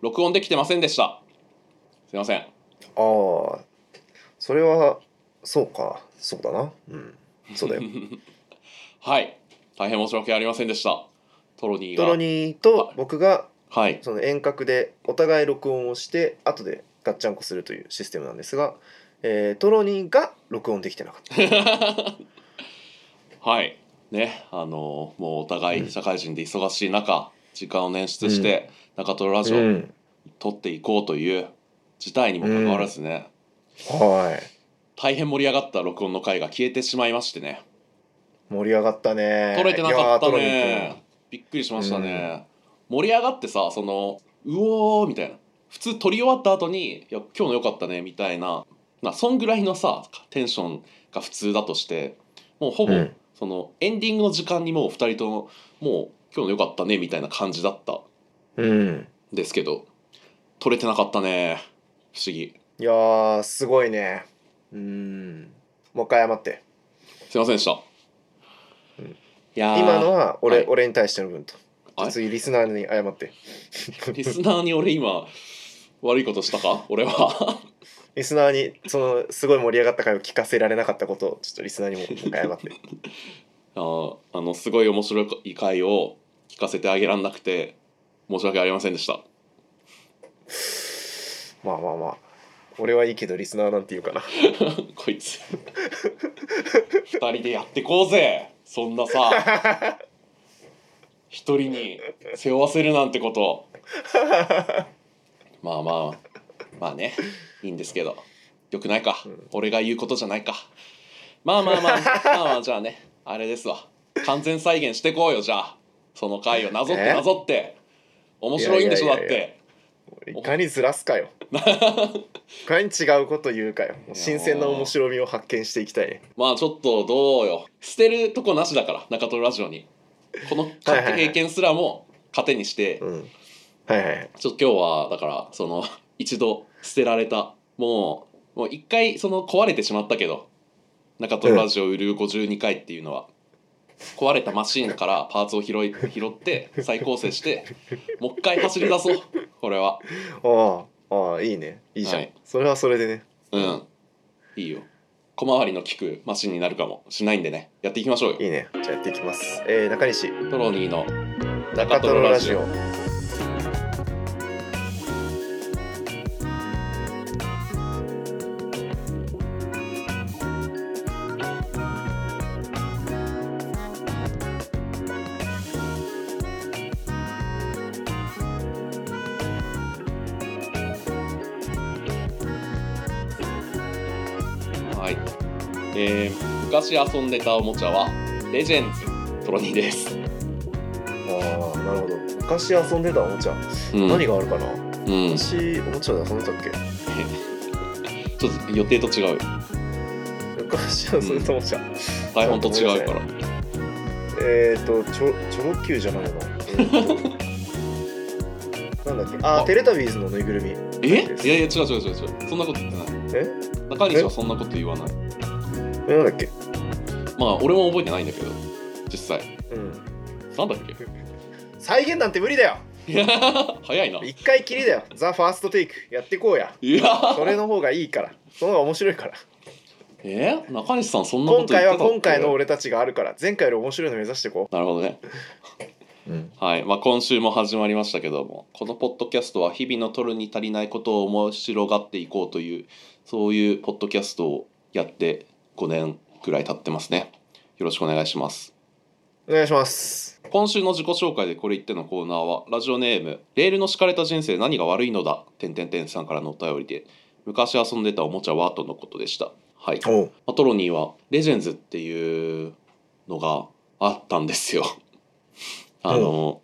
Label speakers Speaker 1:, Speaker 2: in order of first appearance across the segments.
Speaker 1: 録音できてませんでしたすいません
Speaker 2: ああそれはそうかそうだなうんそう だよ
Speaker 1: はい大変申し訳ありませんでしたトロニー
Speaker 2: ドロ
Speaker 1: が
Speaker 2: ニーと僕が
Speaker 1: はい
Speaker 2: その遠隔でお互い録音をして後でガッチャンコするというシステムなんですが、えートロニーが録音できてな かった
Speaker 1: はいねあのーもうお互
Speaker 2: う
Speaker 1: い
Speaker 2: ん
Speaker 1: 社会人で忙しい中、時間を捻出して、中トロラジオを
Speaker 2: ん、
Speaker 1: 撮っていこうという事態にもかかわらずね、
Speaker 2: はい
Speaker 1: 大変盛り上がった録音の回が消えてしまいましてね
Speaker 2: 盛り上がったね
Speaker 1: 取れてなかった
Speaker 2: いやートロニー
Speaker 1: ねびっくりしましたね、盛り上がってさそのうおーみたいな普通撮り終わった後に「いや今日の良かったね」みたいななそんぐらいのさテンションが普通だとしてもうほぼ、
Speaker 2: うん
Speaker 1: そのエンディングの時間にもう2人とももう今日の良かったねみたいな感じだったん
Speaker 2: 君うん
Speaker 1: ですけど撮れてなかったね不思議
Speaker 2: いやーすごいねうんもう一回謝って
Speaker 1: すいませんでした、
Speaker 2: うん
Speaker 1: いやー
Speaker 2: 今のは俺,、
Speaker 1: はい
Speaker 2: 俺に対しての分と
Speaker 1: あれ
Speaker 2: 次リスナーに謝って
Speaker 1: リスナーに俺今悪いことしたか俺は
Speaker 2: リスナーにそのすごい盛り上がった回を聞かせられなかったことをちょっとリスナーにももう一回謝って
Speaker 1: あーあのすごい面白い回を聞かせてあげらんなくて申し訳ありませんでした
Speaker 2: まあまあまあ俺はいいけどリスナーなんて言うかな
Speaker 1: こいつ二人でやってこうぜそんなさ一人に背負わせるなんてことまあまあまあねいいんですけどよくないか、
Speaker 2: ん
Speaker 1: 俺が言うことじゃないかまあまあまあまあまあじゃあねあれですわ完全再現してこうよじゃあその回をなぞって
Speaker 2: え
Speaker 1: なぞって面白いんでしょ
Speaker 2: い
Speaker 1: だ
Speaker 2: や
Speaker 1: っ
Speaker 2: いやいやいや
Speaker 1: て
Speaker 2: いかにずらすかよいかに違うこと言うかよもう新鮮な面白みを発見していきたいね
Speaker 1: まあちょっとどうよ捨てるとこなしだから中トロラジオにこの勝手
Speaker 2: はいはいはい
Speaker 1: 経験すらも糧にして
Speaker 2: うんはいはいはい
Speaker 1: ちょっと今日はだからその一度捨てられたもうもう一回その壊れてしまったけど中トロラジオ売る52回っていうのは壊れたマシーンからパーツを拾い拾って再構成してもう一回走り出そうこれは
Speaker 2: ああああいいねいいじゃん、
Speaker 1: はい
Speaker 2: それはそれでね
Speaker 1: うんいいよ小回りの利くマシンになるかもしれないんでねやっていきましょうよ
Speaker 2: いいねじゃあやっていきます、えー、中西
Speaker 1: トロニーの
Speaker 2: 中トロラジオ
Speaker 1: はい、えー昔遊んでたおもちゃはレジェンズトロニーです、
Speaker 2: ああなるほど昔遊んでたおもちゃ、
Speaker 1: うん
Speaker 2: 何があるかな
Speaker 1: うん、ち
Speaker 2: 昔おもちゃで遊んでたっけ
Speaker 1: ょっと予定と違う
Speaker 2: 昔遊んでたおもちゃ、
Speaker 1: 台本と違うから
Speaker 2: えー、とちょチョロ Q じゃないな、えーとなんだっけ あ
Speaker 1: あ
Speaker 2: あテレタビーズのぬいぐるみ
Speaker 1: えい
Speaker 2: れ
Speaker 1: や
Speaker 2: ないです
Speaker 1: いや違う違う違う違うそんなこと言ってない
Speaker 2: え
Speaker 1: 中西はそんなこと言わない
Speaker 2: えなんだっけ
Speaker 1: まあ俺も覚えてないんだけど実際
Speaker 2: うん
Speaker 1: なんだっけ
Speaker 2: 再現なんて無理だよ
Speaker 1: いや早いない
Speaker 2: 一回きりだよザ・ファーストテイクやってこうや
Speaker 1: や
Speaker 2: それの方がいいからその方が面白いから
Speaker 1: え中西さんそんなこ
Speaker 2: 今
Speaker 1: と言ってた
Speaker 2: 回
Speaker 1: っ
Speaker 2: は
Speaker 1: け
Speaker 2: 今回の俺たちがあるから前回より面白いの目指してこ
Speaker 1: なるほどね
Speaker 2: う、うん、
Speaker 1: はい、まあ、今週も始まりましたけどもこのポッドキャストは日々の取るに足りないことを面白がっていこうというそういうポッドキャストをやって5年くらい経ってますねよろしくお願いします
Speaker 2: お願いします
Speaker 1: 今週の自己紹介でこれ言ってのコーナーはラジオネーム「レールの敷かれた人生何が悪いのだ」てんてんてんさんからのお便りで昔遊んでたおもちゃはとのことでしたはい、ま
Speaker 2: おう
Speaker 1: あ、トロニーはレジェンズっていうのがあったんですよ あの、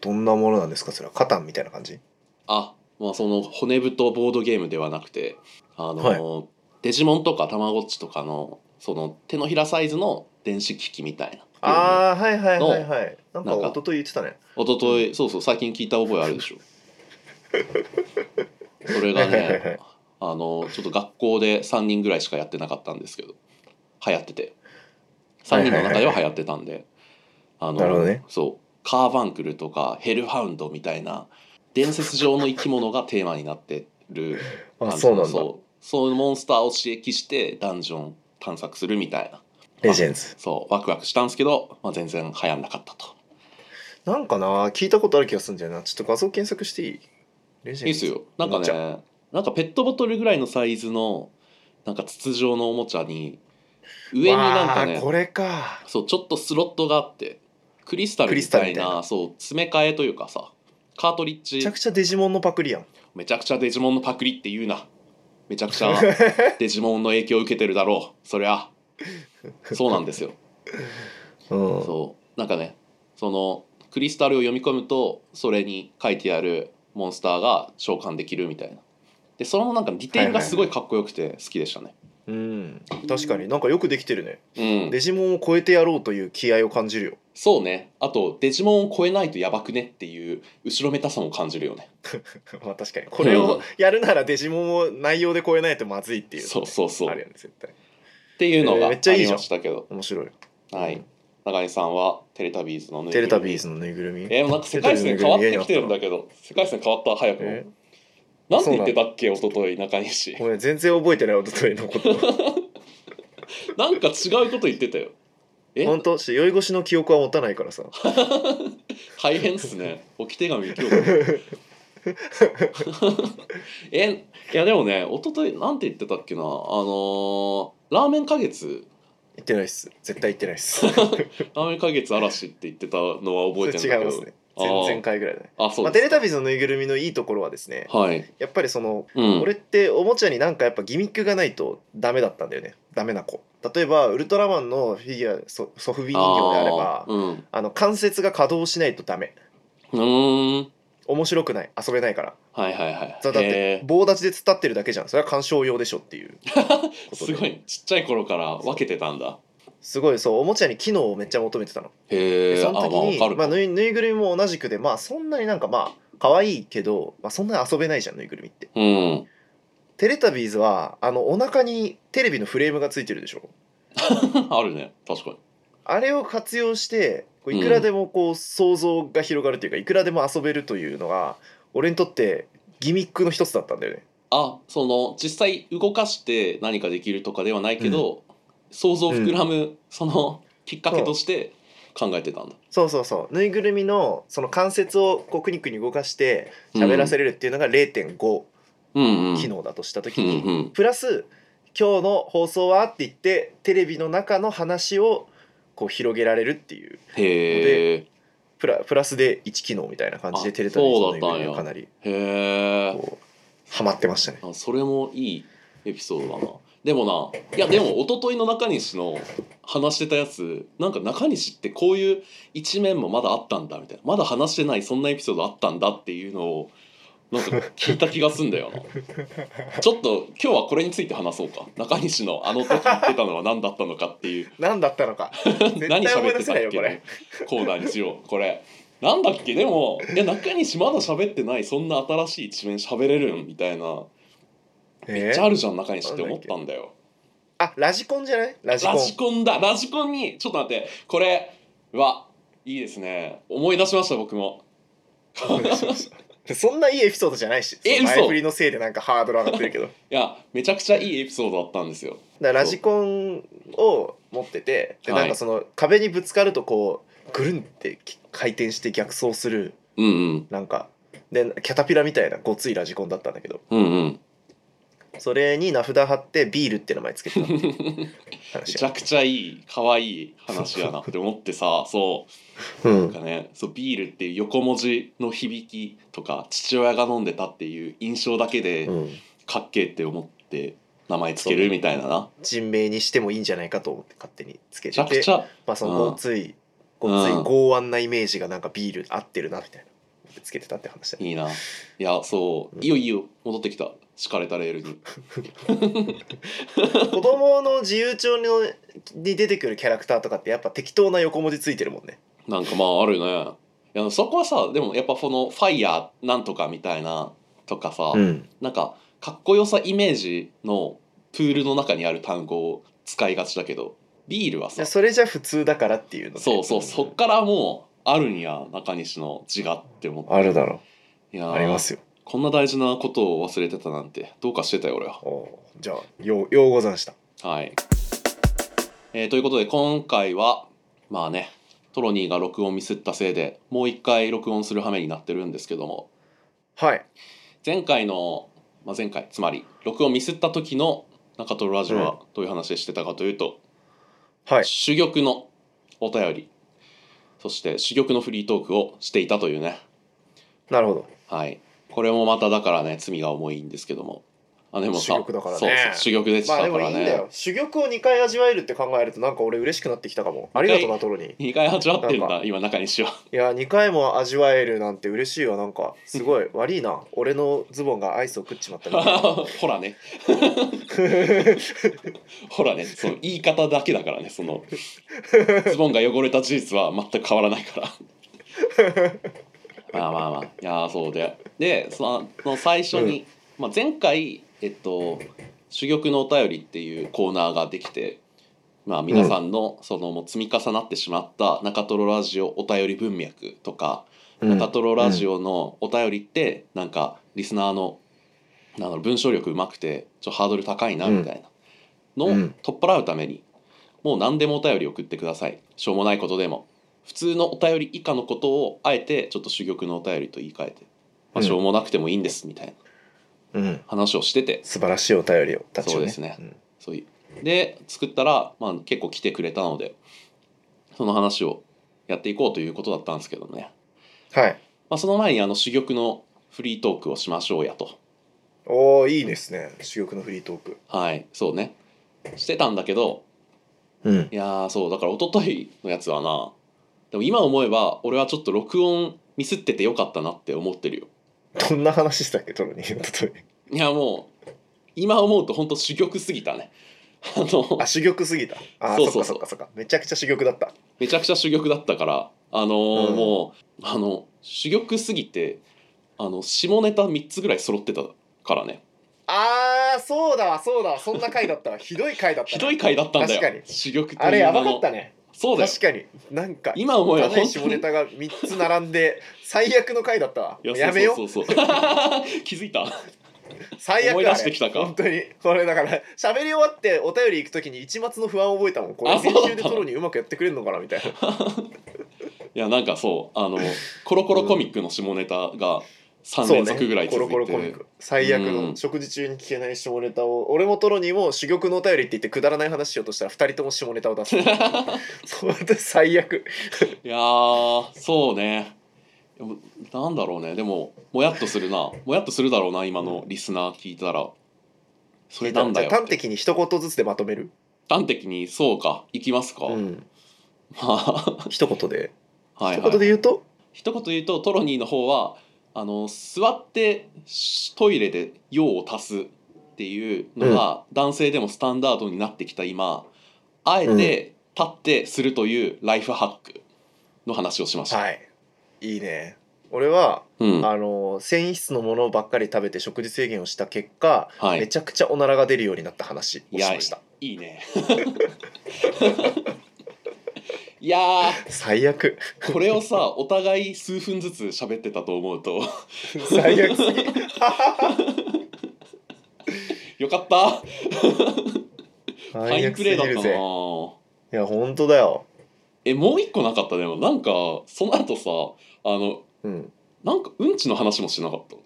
Speaker 2: どんなものなんですかそれはカタンみたいな感じ
Speaker 1: あまあその骨太ボードゲームではなくてあの、デジモンとかたまごっちとかのその手のひらサイズの電子機器みたいな
Speaker 2: ああはいはい
Speaker 1: の
Speaker 2: はいはいなんか
Speaker 1: なんか
Speaker 2: 一昨日言ってたね
Speaker 1: 一昨日そうそう最近聞いた覚えあるで しょそれが
Speaker 2: はいはいは
Speaker 1: ね
Speaker 2: い
Speaker 1: あのちょっと学校で3人ぐらいしかやってなかったんですけど流行ってて3人の中では流行ってたんで、あの
Speaker 2: なるほどね
Speaker 1: そうカーバンクルとかヘルハウンドみたいな伝説上の生き物がテーマになってる
Speaker 2: あ
Speaker 1: 感じ
Speaker 2: そうなんだ
Speaker 1: そうそのモンスターを刺激してダンジョン探索するみたいな
Speaker 2: レジェンズ
Speaker 1: そうワクワクしたんですけど、まあ、全然流行んなかったと
Speaker 2: なんかな聞いたことある気がするんだよなちょっと画像検索していいレジェ
Speaker 1: い
Speaker 2: ン
Speaker 1: いっす
Speaker 2: ズ
Speaker 1: よなんか
Speaker 2: おもち
Speaker 1: ねなんかペットボトルぐらいのサイズのなんか筒状のおもちゃに上になんか
Speaker 2: わ
Speaker 1: ね
Speaker 2: あこれか
Speaker 1: そうちょっとスロットがあってクリスタルみ
Speaker 2: ク
Speaker 1: た
Speaker 2: リ
Speaker 1: い
Speaker 2: スタルみたい
Speaker 1: なそう詰め替えというかさカートリッ
Speaker 2: め
Speaker 1: ジ
Speaker 2: ちゃくちゃデジモンのパクリやん
Speaker 1: めちゃくちゃデジモンのパクリって言うなめちゃくちゃデジモンの影響を受けてるだろうそりゃそうなんですよ
Speaker 2: うん
Speaker 1: そうなんかねそのクリスタルを読み込むとそれに書いてあるモンスターが召喚できるみたいなでそのなんかディテールがすごいかっこよくて好きでしたね、
Speaker 2: うん確かになんかよくできてるね
Speaker 1: うん
Speaker 2: デジモンを超えてやろうという気合を感じるよ
Speaker 1: そうねあとデジモンを超えないとやばくねっていう後ろめたさも感じるよね
Speaker 2: まあ確かにこれ
Speaker 1: う
Speaker 2: を
Speaker 1: ん
Speaker 2: やるならデジモンを内容で超えないとまずいっていうの
Speaker 1: そうそうそう
Speaker 2: ある
Speaker 1: っ
Speaker 2: よね絶対
Speaker 1: ていうの
Speaker 2: え
Speaker 1: が
Speaker 2: ー
Speaker 1: あ
Speaker 2: めっちゃいいじ
Speaker 1: り
Speaker 2: ゃん
Speaker 1: ましたけど、
Speaker 2: 面白い
Speaker 1: はい中井さんはテレタビーズのぬいぐ
Speaker 2: テ
Speaker 1: る
Speaker 2: レ
Speaker 1: み
Speaker 2: タビーズのぬいぐるみ
Speaker 1: えー、なんか世界線変わってきてるんだけど世界線変わった早くも、
Speaker 2: え
Speaker 1: なんて言ってたっけ一昨日中西
Speaker 2: ごめん全然覚えてないおとといのこと
Speaker 1: なんか違うこと言ってたよえ
Speaker 2: 本当ちょっと酔い越しの記憶は持たないからさ
Speaker 1: 大変っすね置き手紙今日 えいやでもね一昨日なんて言ってたっけなあのーラーメン花月
Speaker 2: 言ってないっす絶対言ってないっす
Speaker 1: ラーメン花月嵐って言ってたのは覚えて
Speaker 2: そ
Speaker 1: んだ
Speaker 2: れ違
Speaker 1: け
Speaker 2: い
Speaker 1: ど
Speaker 2: ますね前々回ぐらいだね
Speaker 1: あそう
Speaker 2: まあ、
Speaker 1: で
Speaker 2: テ
Speaker 1: す
Speaker 2: レタビーズのぬいぐるみのいいところはですね
Speaker 1: はい
Speaker 2: やっぱりその
Speaker 1: うん
Speaker 2: 俺っておもちゃになんかやっぱギミックがないとダメだったんだよねダメな子例えばウルトラマンのフィギュアソソフビ人形であれば
Speaker 1: ーうんう
Speaker 2: あの関節が稼働しないとダメ
Speaker 1: ーん
Speaker 2: 面白くない遊べないから
Speaker 1: はいはいはい
Speaker 2: だだっ
Speaker 1: へ
Speaker 2: て
Speaker 1: ー
Speaker 2: 棒立ちで突っ立ってるだけじゃんそれは鑑賞用でしょっていうこと
Speaker 1: す
Speaker 2: です
Speaker 1: ごいちっちゃい頃から分けてたんだ
Speaker 2: すごいそうおもちゃに機能をめっちゃ求めてたの、
Speaker 1: へ
Speaker 2: で
Speaker 1: え
Speaker 2: その時に
Speaker 1: あまあわかる
Speaker 2: まあ、ぬいぬいぐるみも同じくでまあそんなになんかまあ可愛いけど、まあ、そんなに遊べないじゃんぬいぐるみって
Speaker 1: うん
Speaker 2: テレタビーズはあのお腹にテレビのフレームがついてるでしょ
Speaker 1: あるね確かに
Speaker 2: あれを活用してこういくらでもこう想像が広がるというか、いくらでも遊べるというのが俺にとってギミックの一つだったんだよね
Speaker 1: あその実際動かして何かできるとかではないけど、想像膨らむ、そのきっかけとして考えてたんだ
Speaker 2: そうそうそうぬいぐるみのその関節をこうクニクニ動かして喋らせれるっていうのが0.5
Speaker 1: うんうん
Speaker 2: 機能だとした時
Speaker 1: うん
Speaker 2: に、
Speaker 1: うん
Speaker 2: プラス今日の放送はって言ってテレビの中の話をこう広げられるっていう
Speaker 1: へえ
Speaker 2: プラプラスで1機能みたいな感じで
Speaker 1: あ
Speaker 2: テレタビーズのぬいぐるみ
Speaker 1: そうだったんや
Speaker 2: はかなり
Speaker 1: へえ
Speaker 2: こうハマってましたね
Speaker 1: あそれもいいエピソードだなでもないやでも一昨日の中西の話してたやつなんか中西ってこういう一面もまだあったんだみたいなまだ話してないそんなエピソードあったんだっていうのをなんか聞いた気がすんだよなちょっと今日はこれについて話そうか中西のあの時言ってたのは何だったのかっていう
Speaker 2: 何だったのか絶対
Speaker 1: 何
Speaker 2: 思
Speaker 1: 喋
Speaker 2: い
Speaker 1: っ
Speaker 2: 出
Speaker 1: て
Speaker 2: せ
Speaker 1: た
Speaker 2: ないよ
Speaker 1: っ
Speaker 2: これ
Speaker 1: けコーナーにしようこれなんだっけでもいや中西まだ喋ってないそんな新しい一面喋れるんみたいなめっ
Speaker 2: え
Speaker 1: ちゃあ
Speaker 2: ー
Speaker 1: るじゃん中西って思ったんだよ
Speaker 2: あラジコンじゃないラジコン
Speaker 1: ラジコンだラジコンにちょっと待ってこれはいいですね思い出しました僕も
Speaker 2: そんないいエピソードじゃないし
Speaker 1: え
Speaker 2: その
Speaker 1: 嘘
Speaker 2: 前振りのせいでなんかハードル上がってるけど
Speaker 1: いやめちゃくちゃいいエピソードだったんですよ
Speaker 2: だからラジコンを持っててで
Speaker 1: はい
Speaker 2: なんかその壁にぶつかるとこうぐるんってき回転して逆走する
Speaker 1: うんうん
Speaker 2: なんかでキャタピラみたいなごついラジコンだったんだけど
Speaker 1: うんうん
Speaker 2: それに名札貼ってビールって名前つけてた
Speaker 1: め
Speaker 2: 話
Speaker 1: ちゃくちゃいい可愛い話やなって思って さそう
Speaker 2: う
Speaker 1: なん
Speaker 2: ん
Speaker 1: かねそうビールっていう横文字の響きとか父親が飲んでたっていう印象だけで
Speaker 2: うん
Speaker 1: かっけえって思って名前つけるみたいなな
Speaker 2: 人名にしてもいいんじゃないかと思って勝手につけ
Speaker 1: めち
Speaker 2: て
Speaker 1: ゃく
Speaker 2: て
Speaker 1: ちゃ
Speaker 2: まあそのごついごつい
Speaker 1: うん
Speaker 2: 剛腕なイメージがなんかビール合ってるなみたい なつけてたって話だね
Speaker 1: いいな。いや、そう、いいよいいよ、戻ってきた。敷かれたレールに。
Speaker 2: 子供の自由帳のに出てくるキャラクターとかってやっぱ適当な横文字ついてるもんね
Speaker 1: なんかまあ、あるね。いや、そこはさ、でも、やっぱ、そのファイヤーなんとかみたいな。とかさ、
Speaker 2: ん
Speaker 1: なんか、かっこよさイメージの。プールの中にある単語を使いがちだけど。ビールはさ。
Speaker 2: でそれじゃ普通だからっていうので
Speaker 1: そうそう、そっからもう。あるんや、中西の字がって思って。
Speaker 2: あるだろ
Speaker 1: いいやー
Speaker 2: ありますよ
Speaker 1: こんな大事なことを忘れてたなんてどうかしてたよ俺は
Speaker 2: おーじゃあようようござんした
Speaker 1: はい、えーということで今回はまあねトロニーが録音ミスったせいでもう一回録音する羽目になってるんですけども
Speaker 2: はい
Speaker 1: 前回の、まあ、前回つまり録音ミスった時の中トロラジオ
Speaker 2: う
Speaker 1: はどういう話してたかというと、
Speaker 2: はい
Speaker 1: 珠玉のお便りそして珠玉のフリートークをしていたというね
Speaker 2: なるほど
Speaker 1: はいこれもまただからね罪が重いんですけどもあでもさ
Speaker 2: 珠玉だからね
Speaker 1: そうそう珠玉でし
Speaker 2: ま
Speaker 1: た
Speaker 2: あ
Speaker 1: か
Speaker 2: でもいい
Speaker 1: ら
Speaker 2: ん
Speaker 1: ね、
Speaker 2: だよ珠玉を2回味わえるって考えるとなんか俺嬉しくなってきたかもありがとうなトロニー
Speaker 1: 2回味わってるんだ
Speaker 2: なん
Speaker 1: 今中西はい
Speaker 2: や2回も味わえるなんて嬉しいわなんかす ごい悪いな俺のズボンがアイスを食っちまったみたいな
Speaker 1: ほら ねほらねその言い方だけだからねそのズボンが汚れた事実は全く変わらない からまあまあまあいやーそうででその最初に、まあ、前回えっと「珠玉のお便り」っていうコーナーができて、まあ、皆さんのそのもう積み重なってしまった中トロラジオお便り文脈とか中トロラジ
Speaker 2: オ、
Speaker 1: オのお便りってなんかリスナーのなんだろう文章力うまくてちょっとハードル高いなみたいなのを
Speaker 2: うん
Speaker 1: 取っ払うためにもう何でもお便り送ってくださいしょうもないことでも普通のお便り以下のことをあえてちょっと珠玉のお便りと言い換えて、ま
Speaker 2: う
Speaker 1: あ、
Speaker 2: ん
Speaker 1: しょうもなくてもいいんですみたいな
Speaker 2: うんうん
Speaker 1: 話をしてて
Speaker 2: 素晴らしいお便りをたちを
Speaker 1: そうですね
Speaker 2: ん
Speaker 1: そういうで作ったら、まあ、結構来てくれたのでその話をやっていこうということだったんですけどね、
Speaker 2: はい
Speaker 1: まあ、その前にあの珠玉のフリートークをしましょうやと。
Speaker 2: おおいいですね珠玉のフリートーク
Speaker 1: はいそうねしてたんだけど
Speaker 2: うん
Speaker 1: いやーそうだから一昨日のやつはなでも今思えば俺はちょっと録音ミスっててよかったなって思ってるよ
Speaker 2: どんな話したっけトロニー例え
Speaker 1: いやもう今思うと本当珠玉すぎたねあの
Speaker 2: ばあ珠玉すぎたあー
Speaker 1: そう
Speaker 2: そ
Speaker 1: そう
Speaker 2: っか
Speaker 1: そう
Speaker 2: そっかそっかめちゃくちゃ珠玉だった
Speaker 1: めちゃくちゃ珠玉だったからあのー
Speaker 2: うん
Speaker 1: もうあの珠玉すぎてあの下ネタ3つぐらい揃ってたからね
Speaker 2: あーそうだわそうだわそんな回だったわひどい回だった
Speaker 1: ひ
Speaker 2: な
Speaker 1: どい回だったんだよ
Speaker 2: 確かに
Speaker 1: 珠玉
Speaker 2: あれ
Speaker 1: いう
Speaker 2: や
Speaker 1: 名の
Speaker 2: ばかったね
Speaker 1: そうだよ
Speaker 2: 確かになんか
Speaker 1: 今思えば
Speaker 2: 汚い
Speaker 1: 本
Speaker 2: 下
Speaker 1: 当に
Speaker 2: ネタが3つ並んで最悪の回だったわ
Speaker 1: い
Speaker 2: や
Speaker 1: そう
Speaker 2: めよう
Speaker 1: そうそうそう 気づいた
Speaker 2: 最悪だ
Speaker 1: 思い出してきたか
Speaker 2: 本当にこれだから喋り終わってお便り行く時に一末の不安を覚えたもんこれ
Speaker 1: あそう
Speaker 2: 編
Speaker 1: だった
Speaker 2: 集でトロにうまくやってくれるのかな みたいない
Speaker 1: やなんかそう あのコロコロコミックの下ネタが3連続ぐらい
Speaker 2: そう
Speaker 1: 続
Speaker 2: ね
Speaker 1: い
Speaker 2: コロ
Speaker 1: て、
Speaker 2: コロコミック最悪
Speaker 1: う
Speaker 2: の
Speaker 1: ん
Speaker 2: 食事中に聞けない下ネタを俺もトロにも珠玉のお便りって言ってくだらない話しようとしたら2人とも下ネタを 出すそう私最悪
Speaker 1: いやーそうねでもなんだろうねでももやっとするなもやっとするだろうな今のリスナー聞いたらそれなんだよ
Speaker 2: じゃあ
Speaker 1: っ
Speaker 2: 端
Speaker 1: て
Speaker 2: 的に一言ずつでまとめる
Speaker 1: 端的にそうかいきますか、
Speaker 2: うん
Speaker 1: まあ
Speaker 2: 一言で
Speaker 1: はい、
Speaker 2: 一
Speaker 1: は
Speaker 2: 言
Speaker 1: い、
Speaker 2: で言うと
Speaker 1: 一言言うとトロニーの方はあの座ってしトイレで用を足すっていうのが、男性でもスタンダードになってきた今あえて立ってするというライフハックの話をしました、
Speaker 2: はいいいね俺は
Speaker 1: うんは
Speaker 2: あの繊維質のものばっかり食べて食事制限をした結果、め
Speaker 1: い
Speaker 2: ちゃくちゃおならが出るようになった話をしました
Speaker 1: いいねいやー
Speaker 2: 最悪
Speaker 1: これをさお互い数分ずつ喋ってたと思うと
Speaker 2: 最悪すぎ
Speaker 1: よかったファ
Speaker 2: 最
Speaker 1: イン
Speaker 2: 悪
Speaker 1: プ
Speaker 2: す
Speaker 1: レ
Speaker 2: ぎ
Speaker 1: ーだっ
Speaker 2: る
Speaker 1: た
Speaker 2: ぜ
Speaker 1: なー
Speaker 2: いや本当だよ
Speaker 1: えもう一個なかったでもなんかその後さあの
Speaker 2: うん
Speaker 1: なんかうんちの話もしなかった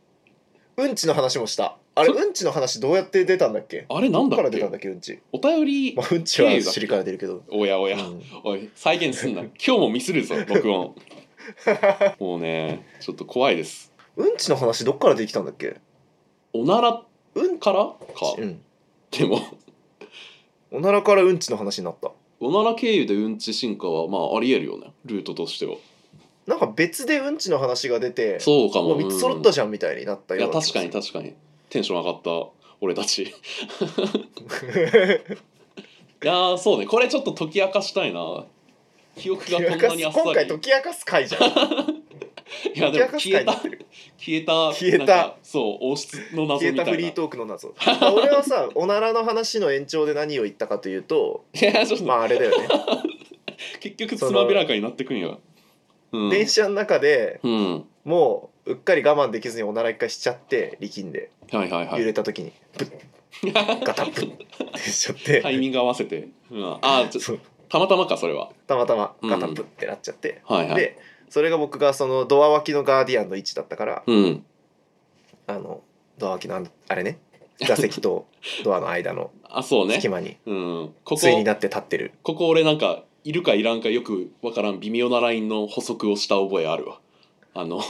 Speaker 2: うんちの話もしたあれ
Speaker 1: そ
Speaker 2: うんちの話どうやって出たんだっけ
Speaker 1: あれなん
Speaker 2: どっ
Speaker 1: だ
Speaker 2: か
Speaker 1: っ
Speaker 2: ら出たん
Speaker 1: け
Speaker 2: だっけうんち、
Speaker 1: お便り
Speaker 2: まあ、うんち
Speaker 1: 経
Speaker 2: は
Speaker 1: 由だっけ
Speaker 2: 尻から出るけど、
Speaker 1: おやお
Speaker 2: う
Speaker 1: や
Speaker 2: ん、
Speaker 1: おい再現すんな今日もミス るぞ録音もうねちょっと怖いです
Speaker 2: うんちの話どっからできたんだっけ
Speaker 1: おなら
Speaker 2: うんち、
Speaker 1: からか
Speaker 2: うん、
Speaker 1: でも
Speaker 2: おならからうんちの話になった
Speaker 1: おなら経由でうんち進化はまあありえるよねルートとしては
Speaker 2: なんか別でうんちの話が出て
Speaker 1: そうか
Speaker 2: も
Speaker 1: も
Speaker 2: う3
Speaker 1: う
Speaker 2: つ
Speaker 1: ん
Speaker 2: 揃ったじゃんみたいになった
Speaker 1: い
Speaker 2: よう
Speaker 1: や
Speaker 2: な気
Speaker 1: 確
Speaker 2: が
Speaker 1: かに確かにテンション上がった俺たちい
Speaker 2: す る
Speaker 1: やーそうねこれちょっと解き明かしたいな記憶がこんなにあっさり
Speaker 2: 今回解き明かす回じゃん解
Speaker 1: いや
Speaker 2: き
Speaker 1: で
Speaker 2: 明
Speaker 1: も
Speaker 2: かす
Speaker 1: 消え
Speaker 2: 回にな
Speaker 1: た
Speaker 2: ってる
Speaker 1: 消えた
Speaker 2: 消えた
Speaker 1: なんかそう王室の謎
Speaker 2: 消え
Speaker 1: みた
Speaker 2: た
Speaker 1: いな
Speaker 2: フリートークの謎あ俺 はさおならの話の延長で何を言ったかというと
Speaker 1: いやちょっと、
Speaker 2: まああれだよね、
Speaker 1: 結局つまびらかになってくんやうん
Speaker 2: 電車の中で
Speaker 1: うん
Speaker 2: もううっかり我慢できずにおなら一回しちゃって力んで
Speaker 1: はいはいは
Speaker 2: 揺
Speaker 1: い
Speaker 2: れた時にブ ッガタブッってしちゃって、
Speaker 1: タイミング合わせて、うん、ああちょ
Speaker 2: そう
Speaker 1: たまたまかそれは
Speaker 2: たまたまガタブッってなっちゃって、
Speaker 1: はいはい
Speaker 2: でそれが僕がそのドア脇のガーディアンの位置だったから
Speaker 1: うん
Speaker 2: あのドア脇のあのあれね座席 とドアの間の
Speaker 1: あそうね
Speaker 2: 隙間に
Speaker 1: うんここ
Speaker 2: 杖になって立ってる
Speaker 1: ここ俺なんかいるかいらんかよくわからん微妙なラインの補足をした覚えあるわあの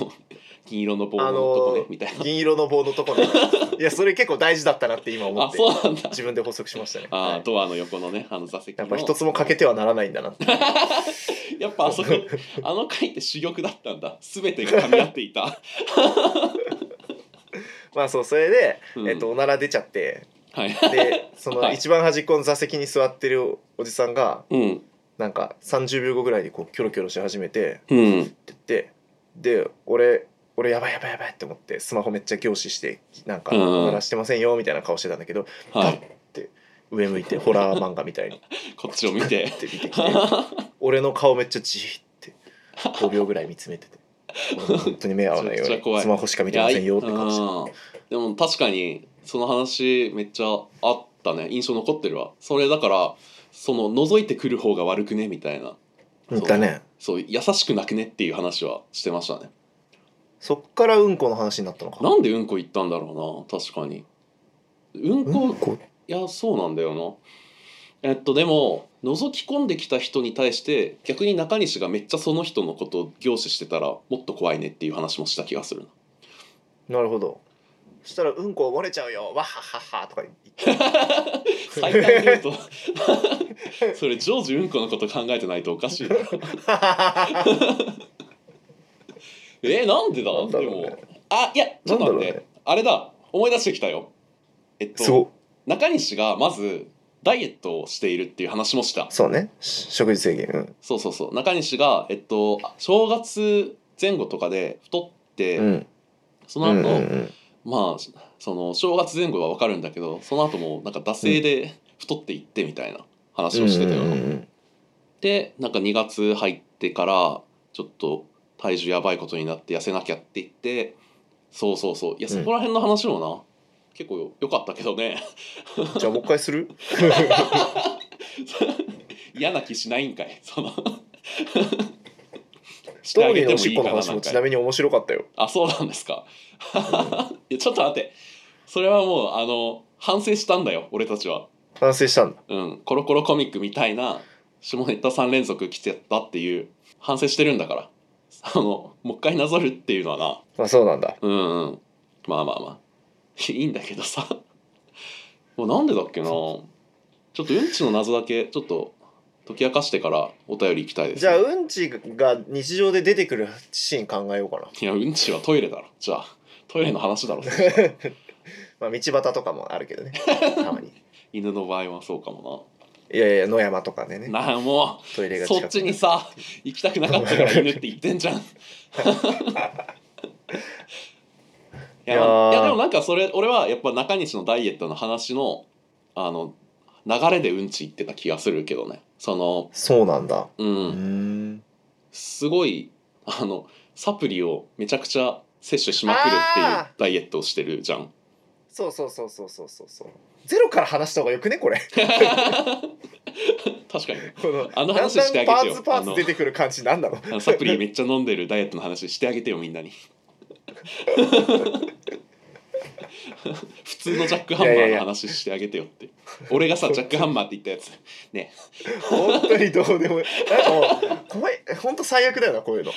Speaker 1: 銀色の棒のとこね、
Speaker 2: あのー
Speaker 1: みたいな
Speaker 2: 銀色の棒のところにいやそれ結構大事だったなって今思
Speaker 1: あ
Speaker 2: って
Speaker 1: そうなんだ
Speaker 2: 自分で補足しましたね
Speaker 1: あー、
Speaker 2: はい
Speaker 1: ドアの横のねあの座席の
Speaker 2: やっぱ一つも欠けてはならないんだな って
Speaker 1: やっぱあそ こあの回って珠玉だったんだ全てが噛み合ってい た、
Speaker 2: まあそうそれで、
Speaker 1: うん
Speaker 2: えっとおなら出ちゃって
Speaker 1: はい
Speaker 2: でそ
Speaker 1: は
Speaker 2: の
Speaker 1: い
Speaker 2: 一番端っこの座席に座ってるおじさんが
Speaker 1: うん
Speaker 2: なんか30秒後ぐらいにこうキョロキョロし始めて
Speaker 1: うん
Speaker 2: って言ってで俺俺やばいやばいやばいって思ってスマホめっちゃ凝視してなんか
Speaker 1: うんうん
Speaker 2: おならしてませんよみたいな顔してたんだけど
Speaker 1: は
Speaker 2: パッ
Speaker 1: い
Speaker 2: て上向 いてホラー漫画みたいに
Speaker 1: こっちを見て
Speaker 2: って見 てきて俺の顔めっちゃじーって5秒ぐらい見つめて て俺本当に目合わないよ
Speaker 1: めちゃくちゃ
Speaker 2: う
Speaker 1: 怖
Speaker 2: に
Speaker 1: い
Speaker 2: スマホし か見てませんよって感じ
Speaker 1: いやうんでも確かにその話めっちゃあったね印象残ってるわそれだからその覗いてくる方が悪くねみたいな
Speaker 2: うんだね
Speaker 1: そう優しくなくねっていう話はしてましたね
Speaker 2: そっからうんこの話になったのか
Speaker 1: なんでうんこ行ったんだろうな確かにうんこ、
Speaker 2: うん
Speaker 1: い
Speaker 2: こ
Speaker 1: やそうなんだよなえっとでも覗き込んできた人に対して逆に中西がめっちゃその人のことを凝視してたらもっと怖いねっていう話もした気がするな
Speaker 2: なるほどそしたらうんこ漏れちゃうよわっはっはっはとか言って
Speaker 1: 最短ル ートそれジョージうんこのこと考えてないとおかしいなえー、なんでだ
Speaker 2: なんだ
Speaker 1: で
Speaker 2: ろうね
Speaker 1: もあいやちょっと待って、
Speaker 2: なんだろうね
Speaker 1: あれだ思い出してきたよえっ
Speaker 2: す
Speaker 1: と
Speaker 2: ご
Speaker 1: 中西がまずダイエットをしているっていう話もした
Speaker 2: そうねし食事制限うん
Speaker 1: そうそうそう中西がえっと正月前後とかで太って、
Speaker 2: うん
Speaker 1: そうの後、
Speaker 2: んうん
Speaker 1: まあその正月前後は分かるんだけどその後もなんか惰性で太っていってみたいな話をしてたよな、
Speaker 2: うんうんうん
Speaker 1: でなんか2月入ってからちょっと体重やばいことになって痩せなきゃって言ってそうそうそういや
Speaker 2: うん
Speaker 1: そこら辺の話もな、結構よ良かったけどね
Speaker 2: じゃあもう一回する
Speaker 1: 嫌な気しないんかいそのし
Speaker 2: スト
Speaker 1: てあ
Speaker 2: ーリ
Speaker 1: げて
Speaker 2: ーのお
Speaker 1: もい
Speaker 2: しっ
Speaker 1: い
Speaker 2: こ
Speaker 1: か
Speaker 2: の
Speaker 1: な
Speaker 2: 話
Speaker 1: な
Speaker 2: も
Speaker 1: んか
Speaker 2: ちなみに面白かったよ
Speaker 1: あそうなんですか
Speaker 2: う ん
Speaker 1: いやちょっと待ってそれはもうあの反省したんだよ俺たちは
Speaker 2: 反省したんだ
Speaker 1: うんコロコロコミックみたいな下ネタ3連続来てたっていう反省してるんだからあのもう一回なぞるっていうのはな
Speaker 2: あそうなんだ
Speaker 1: うんうんまあまあまあいいんだけどさもうなんでだっけなちょっとうんちの謎だけちょっと解き明かしてからお便り行きたいです
Speaker 2: じゃあうんちが日常で出てくるシーン考えようかない
Speaker 1: やうんちはトイレだろじゃあトイレの話 だろ
Speaker 2: まあ道端とかもあるけどねたまに
Speaker 1: 犬の場合はそうかも
Speaker 2: いやいや野山とかでね
Speaker 1: ななあも
Speaker 2: トイレ
Speaker 1: う
Speaker 2: が
Speaker 1: そ
Speaker 2: 近
Speaker 1: っ
Speaker 2: く
Speaker 1: ちにさ行きたくなかったから犬って言ってんじゃんい や
Speaker 2: いやー
Speaker 1: いやでもなんかそれ俺はやっぱ中西のダイエットの話のあの流れでうんち行ってた気がするけどねその
Speaker 2: そうなんだ
Speaker 1: う、
Speaker 2: うんん
Speaker 1: すごいあのサプリをめちゃくちゃ摂取しまくるっていう
Speaker 2: あ
Speaker 1: ダイエットをしてるじゃん。
Speaker 2: そうそうそうそうそうそうそうゼロから話した方がよくね これ
Speaker 1: 確かに
Speaker 2: この
Speaker 1: あの
Speaker 2: だん
Speaker 1: 話してあ
Speaker 2: だ
Speaker 1: げて
Speaker 2: んパー
Speaker 1: よ
Speaker 2: ツパーツ出てくる感じなんなの
Speaker 1: あのサプリめっちゃ飲んでるダイエットの話してあげてよみんなに。普通のジャックハンマ
Speaker 2: いやいやい
Speaker 1: ーの
Speaker 2: や
Speaker 1: 話してあげてよって俺がさジャックハンマーって言ったやつね
Speaker 2: 本当にどうでもなんかもう怖い本当最悪だよなこういうの
Speaker 1: ち